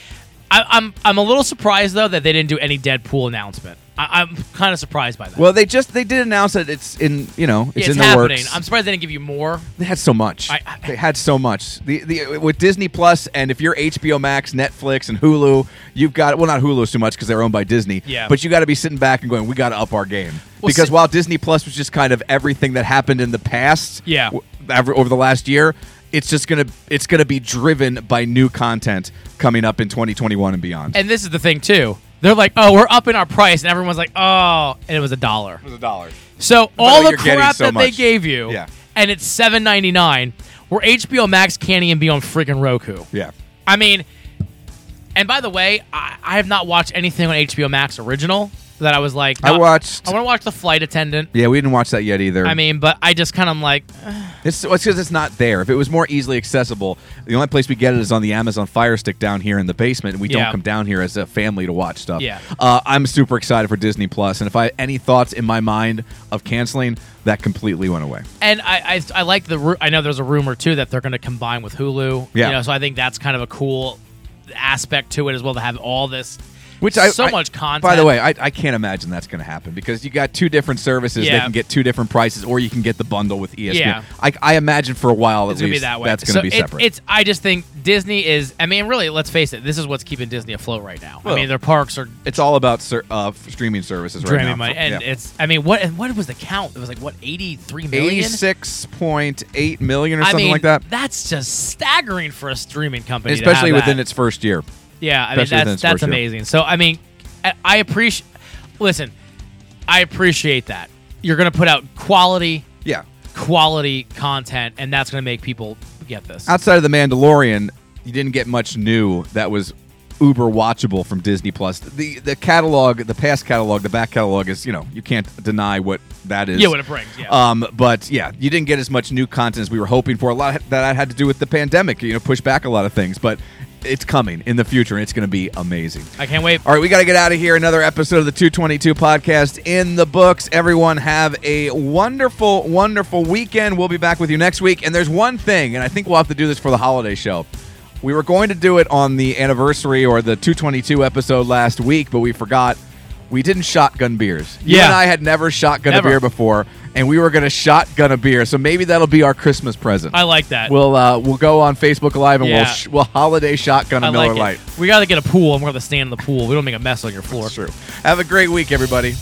I, I'm I'm a little surprised though that they didn't do any Deadpool announcement. I, I'm kind of surprised by that.
well, they just they did announce that it's in you know it's,
it's,
in the
happening.
works.
I'm surprised they didn't give you more.
They had so much.
I- I-
they had so much. The, the with Disney Plus and if you're HBO Max, Netflix, and Hulu, you've got well not Hulu so much because they're owned by Disney.
Yeah.
But you got to be sitting back and going, we got to up our game
Well,
because
see-
while Disney Plus was just kind of everything that happened in the past,
Yeah.
w- ever- over the last year, it's just gonna it's gonna be driven by new content coming up in 2021 and beyond.
And this is the thing too. They're like, oh, we're upping our price, and everyone's like, oh, and it was a dollar.
a dollar.
So all the
you're getting
crap
so
that they
much.
gave you,
Yeah.
and it's seven ninety nine, where HBO Max can't even be on freaking Roku.
Yeah.
I mean, and by the way, I, I have not watched anything on HBO Max original that I was like,
I
nah,
watched-
I want to watch The Flight Attendant.
Yeah, we didn't watch that yet either.
I mean, but I just kind of like, eh,
It's because it's not there. If it was more easily accessible, the only place we get it is on the Amazon Fire Stick down here in the basement, and we
Yeah.
don't come down here as a family to watch stuff.
Yeah.
uh, I'm super excited for Disney Plus, and if I had any thoughts in my mind of canceling, that completely went away.
and I I, I like the ru- I know there's a rumor too that they're going to combine with Hulu.
Yeah.
you know, so I think that's kind of a cool aspect to it as well to have all this,
Which
so
I I-
much content.
By the way, I, I can't imagine that's going to happen because you got two different services
Yeah.
that can get two different prices, or you can get the bundle with E ESPN.
Yeah.
I, I imagine for a while
it's
at
gonna be
least
that way.
that's going
So
to be
it-
separate.
it's I just think Disney is. I mean, really, let's face it. This is what's keeping Disney afloat right now. I
Well,
mean, their parks are
It's all about ser- uh, streaming services right
draining
now.
money,
For-
and
yeah.
it's. I mean, what and what was the count? It was like what eighty three million.
86.8 million or
I
something
mean,
like that.
That's just staggering for a streaming company, to
especially
have that.
within its first year.
Yeah, I mean
especially within
that's
its
that's
first year.
amazing. So I mean, I, I appreciate. Listen, I appreciate that you're going to put out quality,
Yeah.
quality content, and that's going to make people get this.
Outside of the Mandalorian, you didn't get much new that was uber watchable from Disney Plus. The the catalog, the past catalog, the back catalog is you know you can't deny what that is.
Yeah, what it brings, yeah.
Um, but yeah, you didn't get as much new content as we were hoping for. A lot that had to do with the pandemic. You know, push back a lot of things, but. it's coming in the future, and it's going to be amazing.
I can't wait.
All right, we got to get out of here. Another episode of the 222 podcast in the books. Everyone have a wonderful, wonderful weekend. We'll be back with you next week. And there's one thing, and I think we'll have to do this for the holiday show. We were going to do it on the anniversary or the 222 episode last week, but we forgot. We didn't shotgun beers. You
Yeah.
and I had never shotgun
Never.
a beer before, and we were going to shotgun a beer. So maybe that'll be our Christmas present.
I like that.
We'll uh, we'll go on Facebook Live and we'll
Yeah.
sh- we'll holiday shotgun a
I
Miller
like
Lite.
it. We got to get a pool, and we're going to stand in the pool. We don't make a mess on your floor.
Have a great week, everybody.